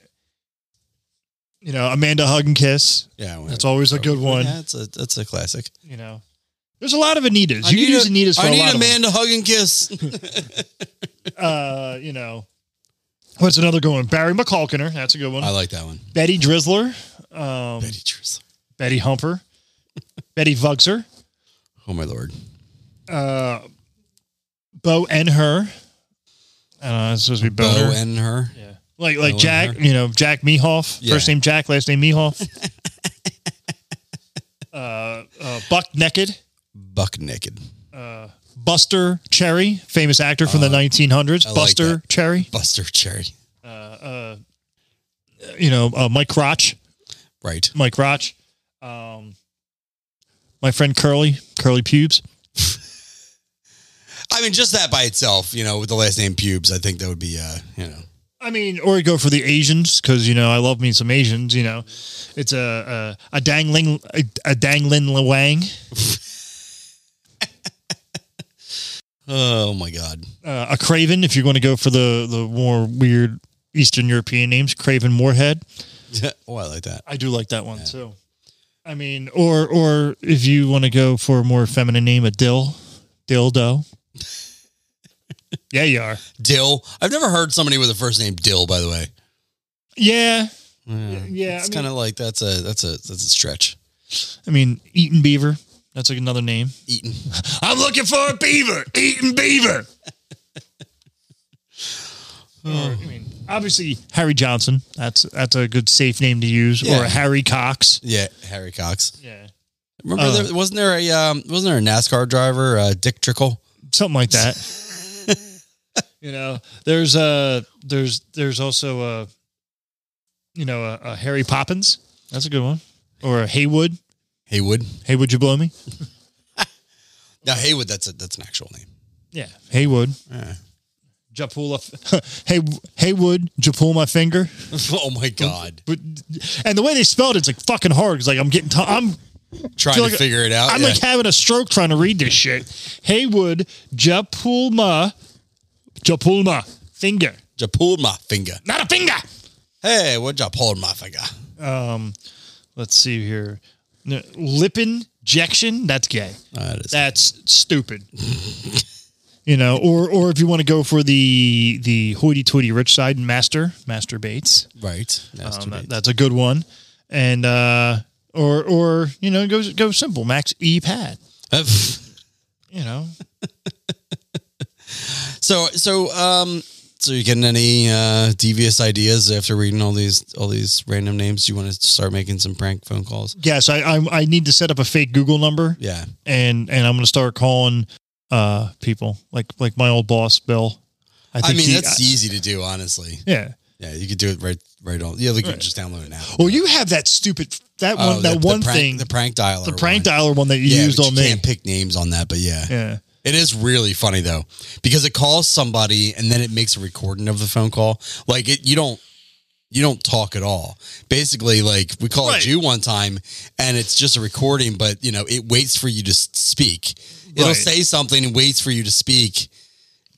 Speaker 1: you know, Amanda hug and kiss.
Speaker 3: Yeah. well,
Speaker 1: That's always a good one.
Speaker 3: Yeah, it's a, that's a classic.
Speaker 1: You know, there's a lot of Anitas. you can use Anitas for
Speaker 3: I
Speaker 1: a
Speaker 3: need
Speaker 1: lot
Speaker 3: a
Speaker 1: of
Speaker 3: man to hug and kiss.
Speaker 1: them. Uh, you know, what's another good one? Barry McCalkiner. That's a good one.
Speaker 3: I like that one.
Speaker 1: Betty Drizzler. Um,
Speaker 3: Betty Drizzler.
Speaker 1: Betty Humper. Betty Vugser.
Speaker 3: Oh my lord.
Speaker 1: uh, Bo and her. I don't know. It's supposed to be Bo.
Speaker 3: Bo
Speaker 1: her.
Speaker 3: and her.
Speaker 1: like like
Speaker 3: Bo and
Speaker 1: Jack,
Speaker 3: her.
Speaker 1: you know, Jack Mehoff.
Speaker 3: Yeah.
Speaker 1: First name Jack, last name Mehoff. uh, uh, Buck Naked.
Speaker 3: Buck naked.
Speaker 1: Buster Cherry, famous actor from the 1900s.
Speaker 3: Uh, I like
Speaker 1: Buster
Speaker 3: that.
Speaker 1: Cherry.
Speaker 3: Buster Cherry.
Speaker 1: You know, uh, Mike Crotch.
Speaker 3: Right.
Speaker 1: Mike Crotch. Um, my friend Curly, Curly Pubes.
Speaker 3: I mean, just that by itself, you know, with the last name pubes, I think that would be, uh, you know,
Speaker 1: I mean, or you go for the Asians because you know I love me some Asians. You know, it's a a, a dang ling a, a dang lin la wang.
Speaker 3: oh my god,
Speaker 1: uh, a Craven if you're going to go for the the more weird Eastern European names. Craven Moorhead.
Speaker 3: oh, I like that.
Speaker 1: I do like that one too. I mean, or or if you want to go for a more feminine name, a dill, dildo. yeah, you are.
Speaker 3: Dill. I've never heard somebody with a first name Dill. By the way,
Speaker 1: Yeah, yeah,
Speaker 3: it's
Speaker 1: I mean-
Speaker 3: kind of like that's a that's a that's a stretch.
Speaker 1: I mean, Eaton Beaver. That's like another name.
Speaker 3: Eaton.
Speaker 1: I'm looking for a beaver. Eaton Beaver. Or, I mean, obviously Harry Johnson. That's that's a good safe name to use. Or
Speaker 3: Yeah.
Speaker 1: a Harry Cox.
Speaker 3: Yeah, Harry Cox.
Speaker 1: Yeah.
Speaker 3: Remember,
Speaker 1: Uh,
Speaker 3: there, wasn't there a um, wasn't there a NASCAR driver, uh, Dick Trickle?
Speaker 1: something like that. you know, there's uh there's there's also a you know a, a Harry Poppins. That's a good one. Or a Haywood.
Speaker 3: Haywood.
Speaker 1: Haywood, you blow me?
Speaker 3: Now Haywood, that's a that's an actual name.
Speaker 1: Yeah, Haywood.
Speaker 3: Yeah.
Speaker 1: Japula, hey Haywood, Japul my finger.
Speaker 3: oh my god,
Speaker 1: But and the way they spelled it's like fucking hard. It's like I'm getting t- I'm
Speaker 3: trying
Speaker 1: feel
Speaker 3: to
Speaker 1: like-
Speaker 3: figure it out.
Speaker 1: I'm
Speaker 3: Oh, yeah.
Speaker 1: like having a stroke trying to read this shit. Haywood Japulma, Japulma finger,
Speaker 3: just pulled my finger.
Speaker 1: not a finger.
Speaker 3: Hey, what you pulled my finger?
Speaker 1: let's see here. No, lip injection, that's gay.
Speaker 3: Uh, it is-
Speaker 1: That's stupid. you know, or or if you want to go for the the hoity toity rich side, master, masturbates.
Speaker 3: right.
Speaker 1: Um, that-
Speaker 3: Masturbate.
Speaker 1: that's a good one. And uh or or you know, go go simple, max E pad. You know.
Speaker 3: So so um so you getting any uh devious ideas after reading all these all these random names? Do you want to start making some prank phone calls?
Speaker 1: Yes, I, I I need to set up a fake Google number
Speaker 3: Yeah.
Speaker 1: and and I'm gonna start calling uh people like like my old boss Bill.
Speaker 3: I, mean
Speaker 1: he-
Speaker 3: that's
Speaker 1: I-
Speaker 3: easy to do, honestly.
Speaker 1: yeah.
Speaker 3: Yeah, you could do it right right on yeah, like you could just download it now.
Speaker 1: Well, you have that stupid that one that one
Speaker 3: prank,
Speaker 1: thing
Speaker 3: Oh, the prank dialer.
Speaker 1: the prank
Speaker 3: one.
Speaker 1: dialer one that you
Speaker 3: yeah,
Speaker 1: used
Speaker 3: but
Speaker 1: on
Speaker 3: you
Speaker 1: me.
Speaker 3: can't pick names on that, but yeah.
Speaker 1: Yeah,
Speaker 3: It is really funny though, because it calls somebody and then it makes a recording of the phone call. Like it, you don't, you don't talk at all. Basically, like we called
Speaker 1: Right.
Speaker 3: you one time, and it's just a recording, but you know it waits for you to s- speak. It'll
Speaker 1: Right.
Speaker 3: say something and waits for you to speak,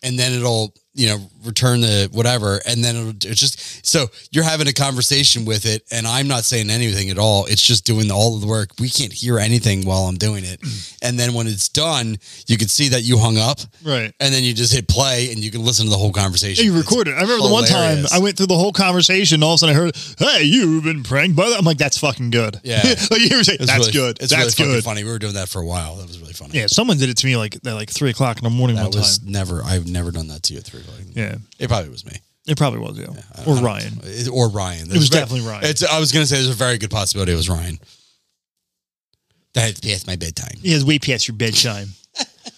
Speaker 3: and then it'll you know return the whatever, and then it'll it's just so you're having a conversation with it, and I'm not saying anything at all. It's just doing all of the work. We can't hear anything while I'm doing it,
Speaker 1: Mm.
Speaker 3: and then when it's done, you can see that you hung up,
Speaker 1: right.
Speaker 3: and then you just hit play, and you can listen to the whole conversation.
Speaker 1: you
Speaker 3: It's
Speaker 1: recorded. I remember the one time
Speaker 3: hilarious.
Speaker 1: I went through the whole conversation. All of a sudden, I heard, "Hey, you've been pranked by that." I'm like, "That's fucking good."
Speaker 3: Yeah.
Speaker 1: like you were saying,
Speaker 3: It's
Speaker 1: "That's
Speaker 3: really-
Speaker 1: good.
Speaker 3: It's
Speaker 1: That's
Speaker 3: really fucking
Speaker 1: good."
Speaker 3: funny. We were doing that for a while. That was really funny.
Speaker 1: Yeah, someone did it to me like at like three o'clock in the morning
Speaker 3: that
Speaker 1: one
Speaker 3: was
Speaker 1: time.
Speaker 3: never. I've never done that to you at three o'clock.
Speaker 1: Yeah,
Speaker 3: It probably was me
Speaker 1: it probably was yeah, or Ryan.
Speaker 3: It- or Ryan. It
Speaker 1: was definitely Ryan.
Speaker 3: It's, I was going to say there's a very good possibility it was Ryan. That it's past my bedtime.
Speaker 1: Yeah, it's way past your bedtime.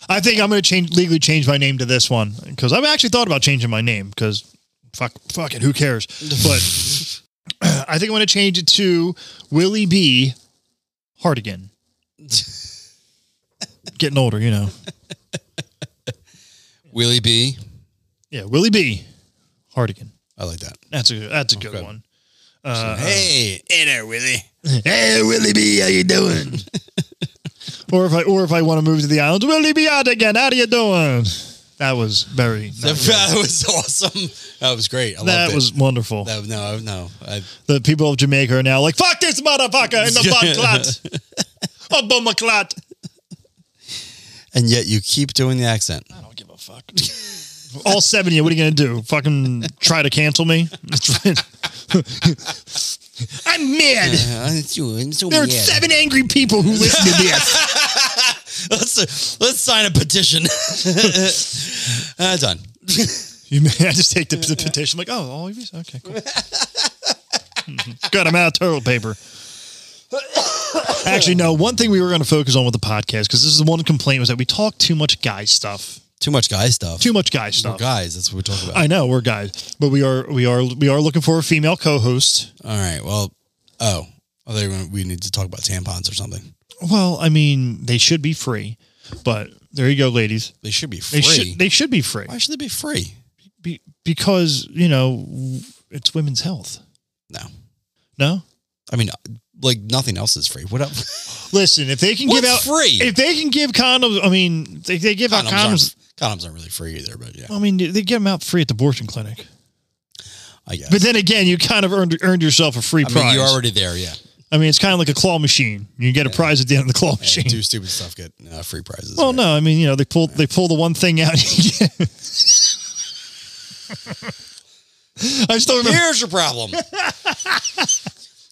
Speaker 1: I think I'm going to change legally change my name to this one because I've actually thought about changing my name because fuck, fuck it, who cares? But I think I'm going to change it to Willie B. Hardigan. Getting older, you know.
Speaker 3: Willie B.
Speaker 1: Yeah, Willie B. Hardigan.
Speaker 3: I like that.
Speaker 1: That's a that's a good
Speaker 3: Okay.
Speaker 1: one.
Speaker 3: hey, hey there, Willie.
Speaker 1: Uh-huh. Hey, Willie B, how you doing? or if I or if I want to move to the islands, Willie B. Hardigan, how you doing? That was very.
Speaker 3: That,
Speaker 1: that
Speaker 3: was awesome. That was great. I loved it.
Speaker 1: was wonderful.
Speaker 3: That- no, no. I,
Speaker 1: the people of Jamaica are now like, fuck this motherfucker in the blood clot. Obama clot.
Speaker 3: and yet you keep doing the accent.
Speaker 1: I don't give a fuck. All seven of you, what are you going to do? Fucking try to cancel me? I'm mad.
Speaker 3: Uh,
Speaker 1: There are seven angry people who listen to this.
Speaker 3: Let's let's sign a petition. uh, done.
Speaker 1: You may, I just take the, the petition. like, oh, all of you? Okay, cool. Good, I'm out of toilet paper. Actually, no. One thing we were going to focus on with the podcast because this is the one complaint was that we talk too much guy stuff.
Speaker 3: Too much guy stuff.
Speaker 1: Too much guy
Speaker 3: We're
Speaker 1: stuff.
Speaker 3: guys. That's what we're talking about.
Speaker 1: I know we're guys, but we are we are we are looking for a female co-host.
Speaker 3: All right. Well. Oh. I thought you were gonna- we need to talk about tampons or something.
Speaker 1: Well, I mean, they should be free, but there you go, ladies.
Speaker 3: They should be free.
Speaker 1: They should they should be free
Speaker 3: Why should they be free?
Speaker 1: be, because you know it's women's health.
Speaker 3: No.
Speaker 1: No,
Speaker 3: I mean, like nothing else is free. What up?
Speaker 1: listen, if they can
Speaker 3: What's
Speaker 1: give out
Speaker 3: free?
Speaker 1: if they can give condoms, I mean, they, they give out
Speaker 3: Condoms,
Speaker 1: condoms.
Speaker 3: aren't, condoms aren't really free either, but yeah,
Speaker 1: I mean, they give them out free at the abortion clinic.
Speaker 3: I guess.
Speaker 1: But then again, you kind of earned earned yourself a free
Speaker 3: I
Speaker 1: prize.
Speaker 3: mean, you're already there, yeah.
Speaker 1: I mean, it's kind of like a claw machine. You get a prize at the end of the claw
Speaker 3: yeah
Speaker 1: machine.
Speaker 3: do stupid stuff get uh, free prizes.
Speaker 1: Well,
Speaker 3: right?
Speaker 1: no, I mean, you know, they pull they pull the one thing out. I still remember.
Speaker 3: Here's your problem.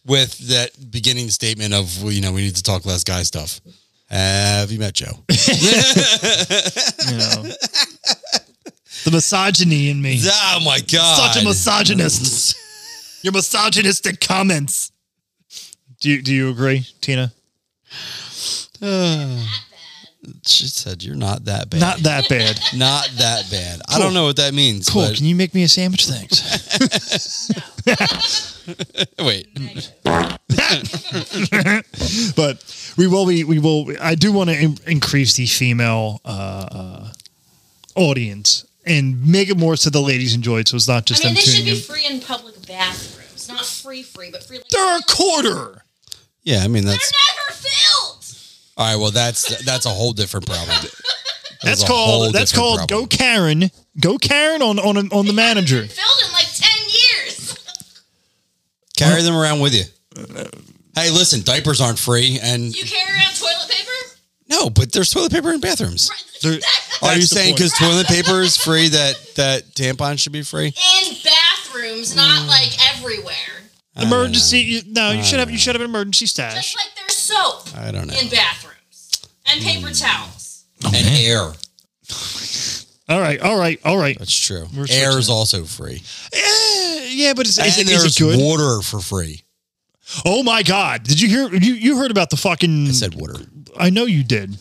Speaker 3: With that beginning statement of, well, you know, we need to talk less guy stuff. Have you met Joe?
Speaker 1: You know, the misogyny in me.
Speaker 3: oh my God.
Speaker 1: Such a misogynist. Your misogynistic comments. Do you, do you agree, Tina?
Speaker 3: She said, You're not that bad.
Speaker 1: Not
Speaker 3: Not,
Speaker 1: that bad.
Speaker 3: that bad. I don't know what that means.
Speaker 1: Cool.
Speaker 3: but-
Speaker 1: Can you make me a sandwich? Thanks.
Speaker 3: wait.
Speaker 1: but we will be. We will. I do want to in- increase the female uh, uh, audience and make it more so the ladies enjoy it. So it's not just
Speaker 7: I
Speaker 1: them
Speaker 7: mean, they should
Speaker 1: tuning
Speaker 7: be
Speaker 1: in.
Speaker 7: free in public bathrooms. Not free, free, but free. Like,
Speaker 1: They're a quarter.
Speaker 3: Yeah, I mean,
Speaker 7: They're
Speaker 3: that's.
Speaker 7: never filled.
Speaker 3: All right, well, that's that's a whole different problem.
Speaker 1: That's
Speaker 3: a whole
Speaker 1: called that's
Speaker 3: different
Speaker 1: called
Speaker 3: problem.
Speaker 1: go Karen. Go Karen on on on the manager.
Speaker 7: Filled in like 10 years.
Speaker 3: Carry them around with you. Hey, listen, diapers aren't free. And
Speaker 7: You carry around toilet paper?
Speaker 3: no, but there's toilet paper in bathrooms.
Speaker 1: There-
Speaker 3: Are you
Speaker 1: That's the
Speaker 3: saying
Speaker 1: point.
Speaker 3: because toilet paper is free that that tampons should be free?
Speaker 7: In bathrooms, not
Speaker 3: Hmm.
Speaker 7: like everywhere.
Speaker 1: Emergency? you- No, you should have you should have an emergency
Speaker 7: Just
Speaker 1: stash.
Speaker 7: like there's soap
Speaker 3: I don't know. Hmm.
Speaker 7: in bathrooms and paper towels.
Speaker 3: and air.
Speaker 1: All right, all right, all right.
Speaker 3: That's true.
Speaker 1: switching
Speaker 3: Air is
Speaker 1: it.
Speaker 3: also free.
Speaker 1: Eh, yeah, but is, is,
Speaker 3: and
Speaker 1: it, is it
Speaker 3: there's
Speaker 1: good?
Speaker 3: water for free.
Speaker 1: Oh my God! Did you hear? You you heard about the fucking?
Speaker 3: I said water.
Speaker 1: I know you did.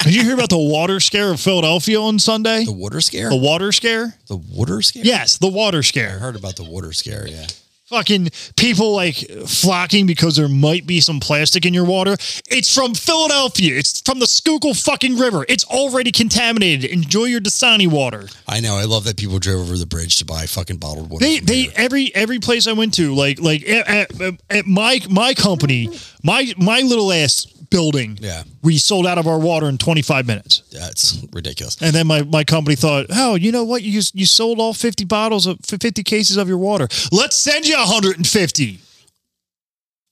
Speaker 1: Did you hear about the water scare of Philadelphia on Sunday?
Speaker 3: The water scare?
Speaker 1: The water scare?
Speaker 3: The water scare?
Speaker 1: Yes, the water
Speaker 3: I
Speaker 1: scare.
Speaker 3: heard about the water scare, yeah.
Speaker 1: Fucking people like flocking because there might be some plastic in your water. It's from Philadelphia. It's from the Schuylkill fucking river. It's already contaminated. Enjoy your Dasani water.
Speaker 3: I know. I love that people drove over the bridge to buy fucking bottled water.
Speaker 1: They
Speaker 3: from
Speaker 1: they
Speaker 3: here.
Speaker 1: every every place I went to, like like at, at, at my my company, my my little ass building,
Speaker 3: Yeah.
Speaker 1: we sold out of our water in 25 minutes.
Speaker 3: That's ridiculous.
Speaker 1: And then my, my company thought, oh, you know what? You you sold all 50 bottles of 50 cases of your water. Let's send you 150.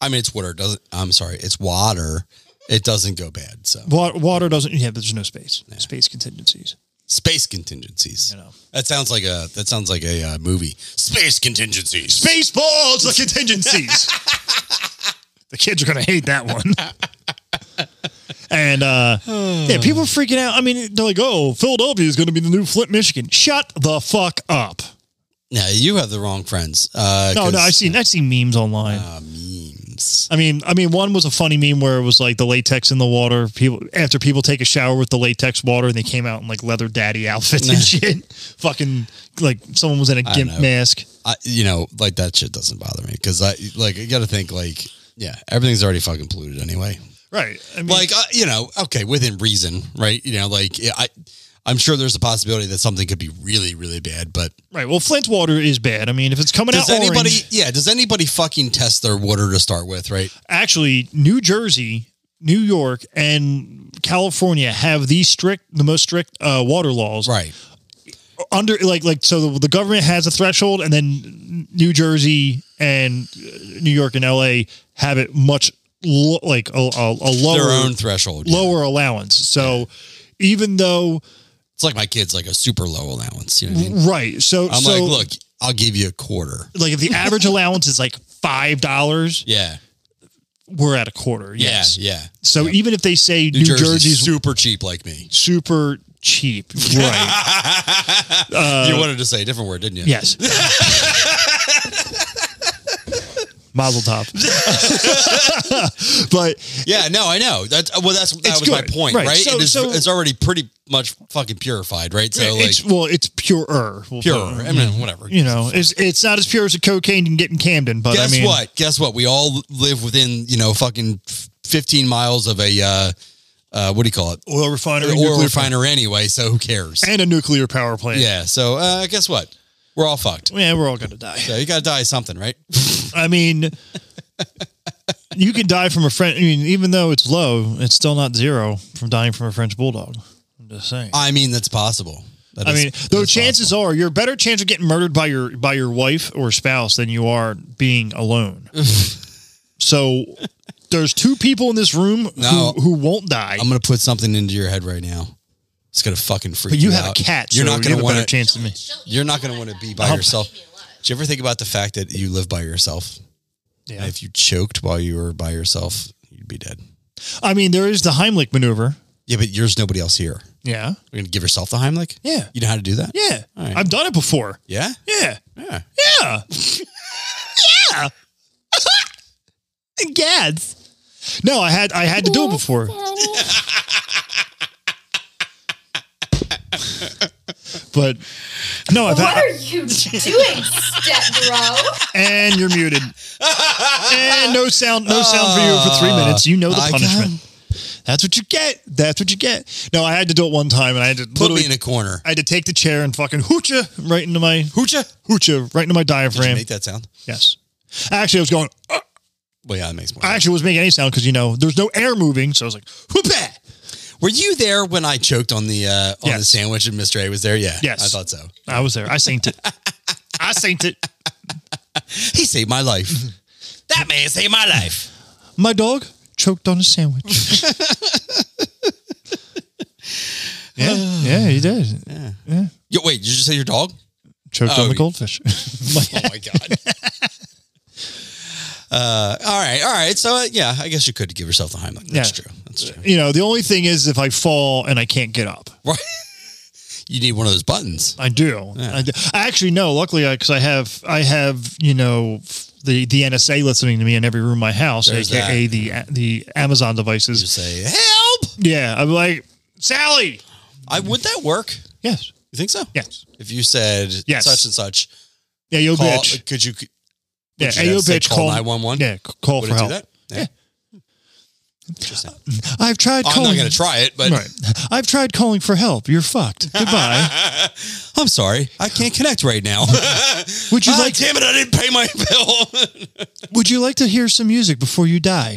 Speaker 3: I mean, it's water. It doesn't. I'm sorry. It's water. It doesn't go bad. So
Speaker 1: Water, water doesn't. Yeah, there's no space. Space contingencies.
Speaker 3: space contingencies.
Speaker 1: You know.
Speaker 3: That sounds like a. That sounds like a uh, movie. Space contingencies.
Speaker 1: Baseballs, the contingencies. the kids are going to hate that one. and uh,
Speaker 3: Oh.
Speaker 1: yeah, people are freaking out. I mean, they're like, oh, Philadelphia is going to be the new Flint, Michigan. Shut the fuck up.
Speaker 3: No, you have the wrong friends. Uh,
Speaker 1: No, no,
Speaker 3: 'cause-
Speaker 1: I've seen I've seen memes online.
Speaker 3: uh, memes.
Speaker 1: I mean, I mean, one was a funny meme where it was like the latex in the water. People after people take a shower with the latex water, and they came out in like leather daddy outfits and shit. Fucking like someone was in a
Speaker 3: I
Speaker 1: gimp
Speaker 3: know.
Speaker 1: mask.
Speaker 3: I, you know, like that shit doesn't bother me because I like you got to think like yeah, everything's already fucking polluted anyway.
Speaker 1: Right. I mean,
Speaker 3: Like uh, you know, okay, within reason, right? You know, like yeah, I, I'm sure there's a possibility that something could be really, really bad, but
Speaker 1: right. Well, Flint water is bad. I mean, if it's coming
Speaker 3: does
Speaker 1: out
Speaker 3: anybody?
Speaker 1: orange,
Speaker 3: Yeah, does anybody fucking test their water to start with, right?
Speaker 1: actually, New Jersey, New York, and California have the strict, the most strict uh, water laws.
Speaker 3: Right.
Speaker 1: Under like like so, the, the government has a threshold, and then New Jersey and uh, New York and L.A. have it much lo- like a, a, a lower
Speaker 3: Their own threshold. yeah.
Speaker 1: lower allowance. So even though
Speaker 3: It's like my kids, like a super low allowance. You know what I mean?
Speaker 1: right, so
Speaker 3: I'm
Speaker 1: so,
Speaker 3: like, look, I'll give you a quarter.
Speaker 1: like if the average allowance is like five dollars,
Speaker 3: Yeah.
Speaker 1: we're at a quarter.
Speaker 3: Yeah.
Speaker 1: Yes.
Speaker 3: Yeah.
Speaker 1: So even if they say New,
Speaker 3: New, Jersey's,
Speaker 1: Jersey's
Speaker 3: super cheap, like me.
Speaker 1: super cheap, right? Uh,
Speaker 3: you wanted to say a different word, didn't you?
Speaker 1: yes. Mazel tov. but
Speaker 3: Yeah, no, I know. That's well, that's that
Speaker 1: It's
Speaker 3: was my
Speaker 1: good.
Speaker 3: point,
Speaker 1: Right.
Speaker 3: right?
Speaker 1: So-
Speaker 3: it is,
Speaker 1: so-
Speaker 3: it's already pretty much fucking purified, right? So like
Speaker 1: it's well, it's purer. We'll
Speaker 3: pure.
Speaker 1: put it.
Speaker 3: I mean, whatever.
Speaker 1: You know, it's it's not as pure as a cocaine you can get in Camden, but
Speaker 3: Guess
Speaker 1: I mean,
Speaker 3: what? Guess what? We all live within you know fucking fifteen miles of a uh, uh, what do you call it?
Speaker 1: Oil refinery,
Speaker 3: Oil
Speaker 1: nuclear-
Speaker 3: refiner anyway. So who cares?
Speaker 1: and a nuclear power plant.
Speaker 3: yeah. So uh, guess what? We're all fucked.
Speaker 1: yeah, we're all gonna die.
Speaker 3: So you gotta die something, right?
Speaker 1: I mean, you can die from a French. I mean, even though it's low, it's still not zero from dying from a French bulldog. I'm just saying. I,
Speaker 3: I mean, that's possible. That is-
Speaker 1: mean,
Speaker 3: that
Speaker 1: though
Speaker 3: is
Speaker 1: chances are you're a better chance of getting murdered by your by your wife or spouse than you are being alone. so there's two people in this room
Speaker 3: No.
Speaker 1: who, who won't die.
Speaker 3: I'm gonna put something into your head right now. It's gonna fucking freak
Speaker 1: but you
Speaker 3: you
Speaker 1: have
Speaker 3: out.
Speaker 1: a cat.
Speaker 3: You're
Speaker 1: so
Speaker 3: not
Speaker 1: you
Speaker 3: gonna
Speaker 1: have a
Speaker 3: want
Speaker 1: better chance than me.
Speaker 7: She'll eat
Speaker 3: You're not
Speaker 7: me
Speaker 3: gonna
Speaker 7: alive.
Speaker 3: want to be by
Speaker 1: Oh.
Speaker 3: yourself.
Speaker 7: She'll eat me alive.
Speaker 3: Did you ever think about the fact that you live by yourself?
Speaker 1: Yeah.
Speaker 3: And if you choked while you were by yourself, you'd be dead.
Speaker 1: I mean, there is the Heimlich maneuver.
Speaker 3: Yeah, but yours nobody else here.
Speaker 1: Yeah.
Speaker 3: You're gonna give yourself the Heimlich?
Speaker 1: Yeah.
Speaker 3: You know how to do that?
Speaker 1: Yeah.
Speaker 3: All right.
Speaker 1: I've done it before.
Speaker 3: Yeah?
Speaker 1: Yeah.
Speaker 3: Yeah.
Speaker 1: Yeah. yeah. Gads. No, I had I had to do it before. but no, I've
Speaker 8: What
Speaker 1: had,
Speaker 8: are you doing, step
Speaker 9: Oh
Speaker 8: bro?
Speaker 1: and you're muted. and no sound, no sound for you for three minutes. You know the
Speaker 3: I
Speaker 1: punishment. Uh, That's what you get. That's what you get. No, I had to do it one time, and I had to
Speaker 3: Put me
Speaker 1: literally-
Speaker 3: in a corner.
Speaker 1: I had to take the chair and fucking hoocha right into my
Speaker 3: Hoocha.
Speaker 1: hoocha right into my
Speaker 3: Did you
Speaker 1: diaphragm.
Speaker 3: make that sound?
Speaker 1: Yes. Actually, I was going. "Uh,"
Speaker 3: Well, yeah, it makes more.
Speaker 1: I actually was making any sound because you know there's no air moving, so I was like, whoopah.
Speaker 3: Were you there when I choked on the uh, on the
Speaker 1: Yes.
Speaker 3: sandwich and Mr. A was there? Yeah.
Speaker 1: Yes.
Speaker 3: I thought so.
Speaker 1: I was there. I saint it. I saint it.
Speaker 3: He saved my life. that man saved my life.
Speaker 1: My dog choked on a sandwich. yeah, yeah, he did.
Speaker 3: Yo, wait, did you just say your dog?
Speaker 1: Choked
Speaker 3: Oh,
Speaker 1: on the
Speaker 3: he-
Speaker 1: goldfish.
Speaker 3: oh my god. Uh, all right, all right. So uh, yeah, I guess you could give yourself the Heimlich. That's
Speaker 1: Yeah.
Speaker 3: true. That's true.
Speaker 1: you know, the only thing is if I fall and I can't get up.
Speaker 3: Right. you need one of those buttons.
Speaker 1: I do. I do. I actually no. Luckily, because I have, I have, you know, f- the the NSA listening to me in every room of my house,
Speaker 3: There's
Speaker 1: aka the the Amazon devices.
Speaker 3: You say help.
Speaker 1: Yeah, I'm like Sally.
Speaker 3: I would that work?
Speaker 1: Yes.
Speaker 3: You think so?
Speaker 1: Yes.
Speaker 3: If you said
Speaker 1: Yes.
Speaker 3: such and such,
Speaker 1: Yeah, yo,
Speaker 3: call,
Speaker 1: bitch.
Speaker 3: could you? Could
Speaker 1: Yeah,
Speaker 3: you
Speaker 1: hey, yo,
Speaker 3: have said
Speaker 1: bitch.
Speaker 3: call
Speaker 1: Call
Speaker 3: 911?
Speaker 1: Yeah, c- call
Speaker 3: would
Speaker 1: for
Speaker 3: it
Speaker 1: help.
Speaker 3: do that? Yeah. Interesting.
Speaker 1: I've tried.
Speaker 3: Oh, I'm
Speaker 1: calling,
Speaker 3: not going to try it, but
Speaker 1: Right. I've tried calling for help. You're fucked. Goodbye.
Speaker 3: I'm sorry, I can't connect right now.
Speaker 1: Would you
Speaker 3: Ah,
Speaker 1: like?
Speaker 3: damn it, I didn't pay my bill.
Speaker 1: Would you like to hear some music before you die?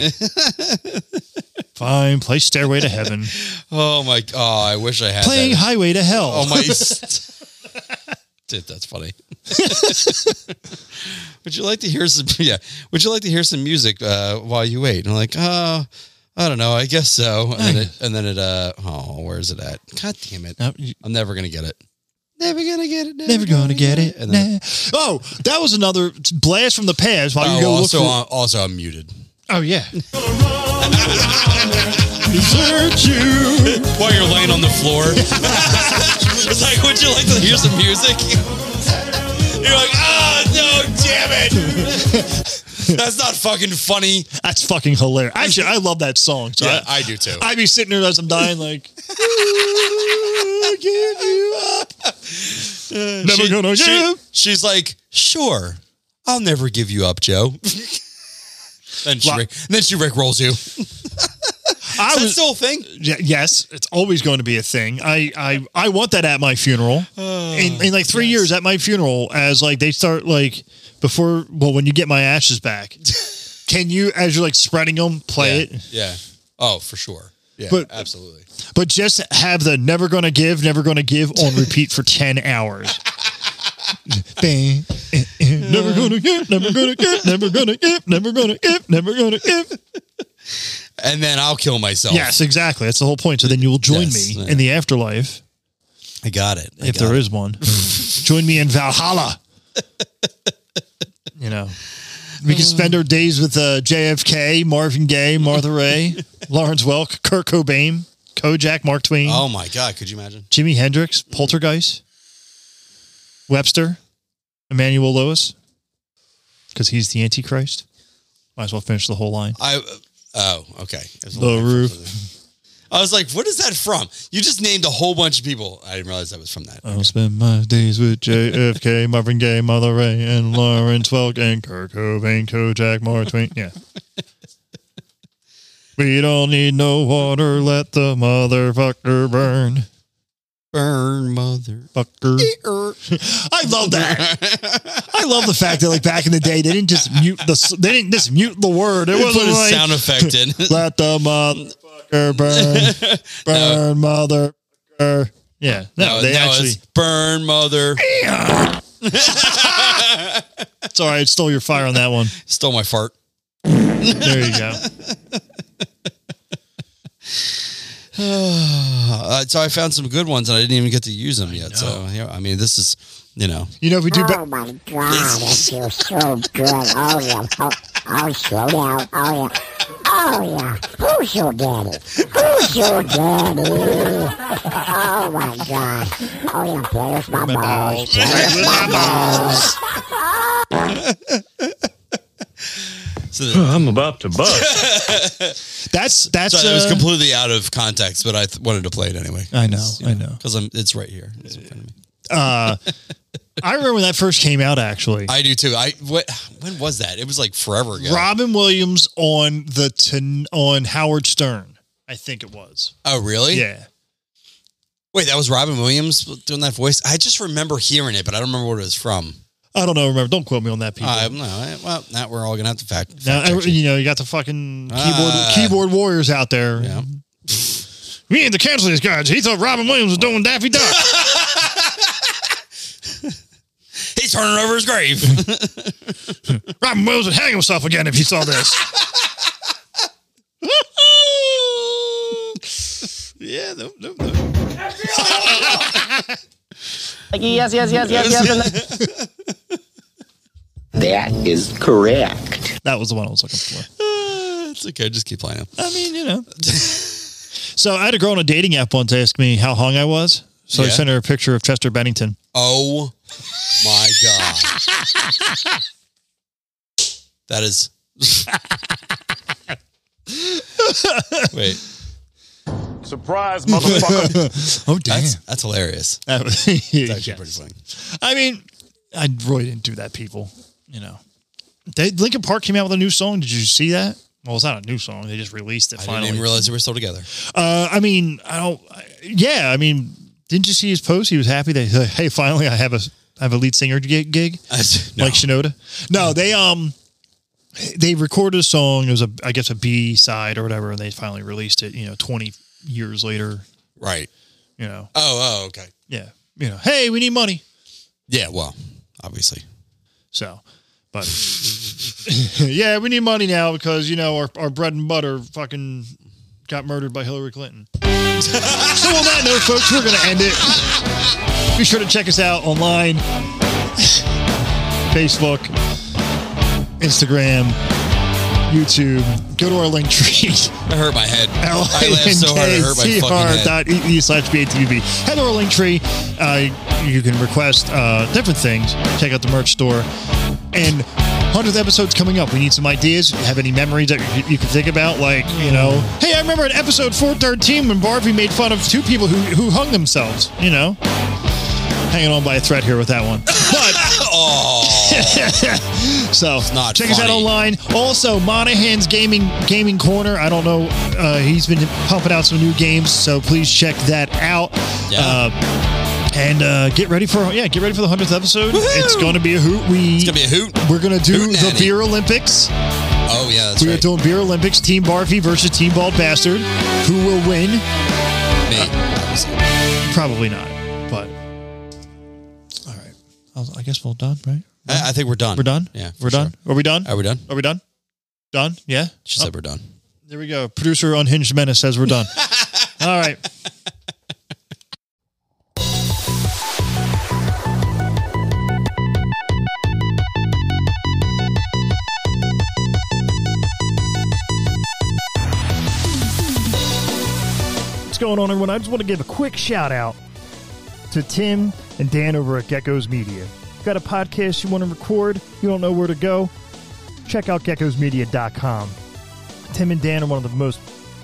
Speaker 1: Fine. Play Stairway to Heaven.
Speaker 3: oh my! Oh, I wish I had
Speaker 1: Playing
Speaker 3: That.
Speaker 1: Highway to Hell.
Speaker 3: Oh my! Dude, that's funny. would you like to hear some? Yeah. Would you like to hear some music uh, while you wait? And I'm like, oh, I don't know. I guess so. And then it, and then it uh, oh, where's it at? God damn it!
Speaker 1: No, you-
Speaker 3: I'm never gonna get it. Never gonna get it.
Speaker 1: Never gonna get it.
Speaker 3: And then,
Speaker 1: Nah. Oh, that was another blast from the past. While
Speaker 3: oh,
Speaker 1: you go look
Speaker 3: also,
Speaker 1: for.
Speaker 3: uh, also, I'm muted.
Speaker 1: oh yeah.
Speaker 3: While you're laying on the floor, it's like, would you like to hear some music? You're like, oh no, damn it! That's not fucking funny.
Speaker 1: That's fucking hilarious. Actually, I love that song. So
Speaker 3: Yeah,
Speaker 1: I,
Speaker 3: I do too.
Speaker 1: I'd be sitting there as I'm dying, like, gonna give you up. Never gonna
Speaker 3: she-
Speaker 1: give.
Speaker 3: She's like, sure, I'll never give you up, Joe. then she
Speaker 1: Lo-
Speaker 3: Rick, then she Rick rolls you.
Speaker 1: I
Speaker 3: That's
Speaker 1: was
Speaker 3: the whole thing.
Speaker 1: Y- yes, it's always going to be a thing. I I, I want that at my funeral.
Speaker 3: Oh,
Speaker 1: in, in like three years at my funeral, as like they start like before. Well, when you get my ashes back, can you as you're like spreading them, play
Speaker 3: yeah.
Speaker 1: it?
Speaker 3: Yeah. Oh, for sure. Yeah.
Speaker 1: But-
Speaker 3: absolutely.
Speaker 1: But just have the "Never Gonna Give, Never Gonna Give" on repeat for ten hours. Bang. Eh, eh. never gonna give, never gonna give, never gonna give, never gonna give, never gonna give.
Speaker 3: And then I'll kill myself.
Speaker 1: Yes, exactly. That's the whole point. So then you will join
Speaker 3: Yes,
Speaker 1: me
Speaker 3: yeah.
Speaker 1: in the afterlife.
Speaker 3: I got it. I
Speaker 1: if
Speaker 3: got
Speaker 1: there
Speaker 3: it.
Speaker 1: is one. Join me in Valhalla. you know, we can spend our days with uh, JFK, Marvin Gaye, Martha Ray, Lawrence Welk, Kurt Cobain, Kojak, Mark Twain,
Speaker 3: Oh my God. Could you imagine?
Speaker 1: Jimi Hendrix, Poltergeist, Webster, Emmanuel Lewis, because he's the Antichrist. Might as well finish the whole line.
Speaker 3: I. Oh, okay. There's a
Speaker 1: The
Speaker 3: line for
Speaker 1: roof.
Speaker 3: I was like, what is that from? You just named a whole bunch of people. I didn't realize that was from that.
Speaker 1: I'll spend my days with JFK, Marvin Gaye, Mother Ray, and Lawrence Welk, and Kurt Cobain, Kojak, Mark Twain. Yeah. We don't need no water. Let the motherfucker burn.
Speaker 3: Burn mother.
Speaker 1: Fucker. I love that. I love the fact that, like, back in the day, they didn't just mute the. They didn't just mute the word. It
Speaker 3: Put
Speaker 1: wasn't
Speaker 3: a
Speaker 1: like,
Speaker 3: sound effect in.
Speaker 1: Let the motherfucker burn. Burn motherfucker. Yeah. No,
Speaker 3: No,
Speaker 1: they
Speaker 3: no,
Speaker 1: actually.
Speaker 3: it's burn mother.
Speaker 1: Sorry, I stole your fire on that one.
Speaker 3: Stole my fart.
Speaker 1: There you go.
Speaker 3: Uh, so I found some good ones and I didn't even get to use them yet. So yeah, I mean, this is you know
Speaker 1: You know, if we do. Ba-
Speaker 9: Oh my god, that feels so good. Oh yeah. Oh, oh slow down. Oh yeah. Oh yeah. Who's your daddy? Who's your daddy? Oh my god. Oh yeah, play with my balls. Play with my balls.
Speaker 3: so,
Speaker 4: I'm about to bust.
Speaker 1: That's that's.
Speaker 3: so it was
Speaker 1: uh,
Speaker 3: completely out of context, but I th- wanted to play it anyway.
Speaker 1: I know, I know.
Speaker 3: because I'm it's right here. It's in front of me.
Speaker 1: I remember when that first came out. Actually,
Speaker 3: I do too. I what when was that? It was like forever ago.
Speaker 1: Robin Williams on the ten, on Howard Stern, I think it was.
Speaker 3: oh really?
Speaker 1: Yeah,
Speaker 3: Wait, that was Robin Williams doing that voice. I just remember hearing it, but I don't remember what it was from.
Speaker 1: I don't know. Remember? Don't quote me on that. People.
Speaker 3: Uh, no, I- well, now we're all gonna have to fact. fact
Speaker 1: now,
Speaker 3: check
Speaker 1: every-
Speaker 3: you.
Speaker 1: you know, you got the fucking keyboard
Speaker 3: Ah.
Speaker 1: keyboard warriors out there.
Speaker 3: Yeah.
Speaker 1: We need to cancel these guys. He thought Robin Williams was doing Daffy Duck.
Speaker 3: He's turning over his grave.
Speaker 1: Robin Williams would hang himself again if he saw this.
Speaker 3: yeah, no, no, no.
Speaker 9: Yes, yes, yes, yes, yes. That is correct.
Speaker 1: that was the one I was looking for.
Speaker 3: Uh, it's okay. Just keep playing.
Speaker 1: I mean, you know. so I had a girl on a dating app once ask me how hung I was. So I
Speaker 3: Yeah.
Speaker 1: sent her a picture of Chester Bennington.
Speaker 3: Oh my god. that is Wait,
Speaker 4: Surprise, motherfucker.
Speaker 1: Oh
Speaker 3: that's that's hilarious.
Speaker 1: That was-
Speaker 3: That's actually
Speaker 1: Yeah.
Speaker 3: pretty funny.
Speaker 1: I mean, I really didn't do that, people. You know, they, Lincoln Park came out with a new song. Did you see that? Well, it's not a new song. They just released it
Speaker 3: I
Speaker 1: finally.
Speaker 3: didn't even realize they were still together.
Speaker 1: uh, I mean, I don't. I- Yeah, I mean, didn't you see his post? He was happy that hey, finally, I have a I have a lead singer gig. gig.
Speaker 3: no.
Speaker 1: like Shinoda. No, they um they recorded a song. It was a I guess a B side or whatever, and they finally released it. You know, twenty years later.
Speaker 3: right.
Speaker 1: You know,
Speaker 3: Oh, oh, okay.
Speaker 1: yeah, you know, hey, we need money.
Speaker 3: Yeah, well, obviously.
Speaker 1: So, but yeah, we need money now because you know our our bread and butter fucking got murdered by Hillary Clinton. so on that note, folks, we're gonna end it. Be sure to check us out online, Facebook, Instagram, YouTube. Go to our link tree.
Speaker 3: I hurt my head. I laughed so hard it hurt my fucking head.
Speaker 1: LINKTR.ee E slash BATV. Head to our link tree. Uh, you can request uh, different things. Check out the merch store. And hundredth episode's coming up. We need some ideas. If you have any memories that you, you can think about? Like you know, hey, I remember in episode four thirteen when Barbie made fun of two people who who hung themselves. You know, hanging on by a thread here with that one. But
Speaker 3: Oh,
Speaker 1: so
Speaker 3: not
Speaker 1: check us out
Speaker 3: funny.
Speaker 1: online. Also, Monahan's gaming gaming corner. I don't know. Uh, he's been pumping out some new games, so please check that out.
Speaker 3: Yeah.
Speaker 1: Uh, and uh, get ready for yeah, get ready for the hundredth episode. It's going to be a hoot. We
Speaker 3: it's gonna be a hoot.
Speaker 1: we're gonna do
Speaker 3: hoot
Speaker 1: the
Speaker 3: nanny.
Speaker 1: beer Olympics.
Speaker 3: Oh yeah, that's
Speaker 1: we
Speaker 3: right.
Speaker 1: are doing beer Olympics. Team Barfy versus Team Bald Bastard. Who will win?
Speaker 3: Me.
Speaker 1: Probably not. But all right, I'll- I guess we're done, right?
Speaker 3: I, I think we're done.
Speaker 1: We're done.
Speaker 3: Yeah, for Uh,
Speaker 1: we're done. Oh. Are we done?
Speaker 3: Are we done?
Speaker 1: Are we done? Done? Yeah.
Speaker 3: She said we're done.
Speaker 1: There we go. Producer Unhinged Menace says we're done. All right.
Speaker 6: What's going on, everyone? I just want to give a quick shout out to Tim and Dan over at Gecko's Media. Got a podcast you want to record, you don't know where to go, check out geckosmedia.com. Tim and Dan are one of the most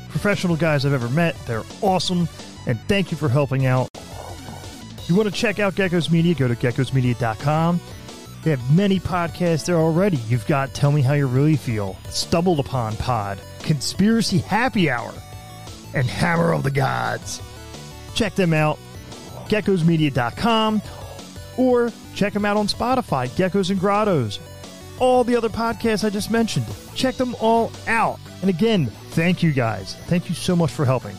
Speaker 6: professional guys I've ever met. They're awesome, and thank you for helping out. If you want to check out Gecko's Media, go to geckosmedia.com. They have many podcasts there already. You've got Tell Me How You Really Feel, Stumbled Upon Pod, Conspiracy Happy Hour and Hammer of the Gods. Check them out, geckosmedia.com, or check them out on Spotify, Geckos and Grottos. All the other podcasts I just mentioned, check them all out. And again, thank you guys. Thank you so much for helping.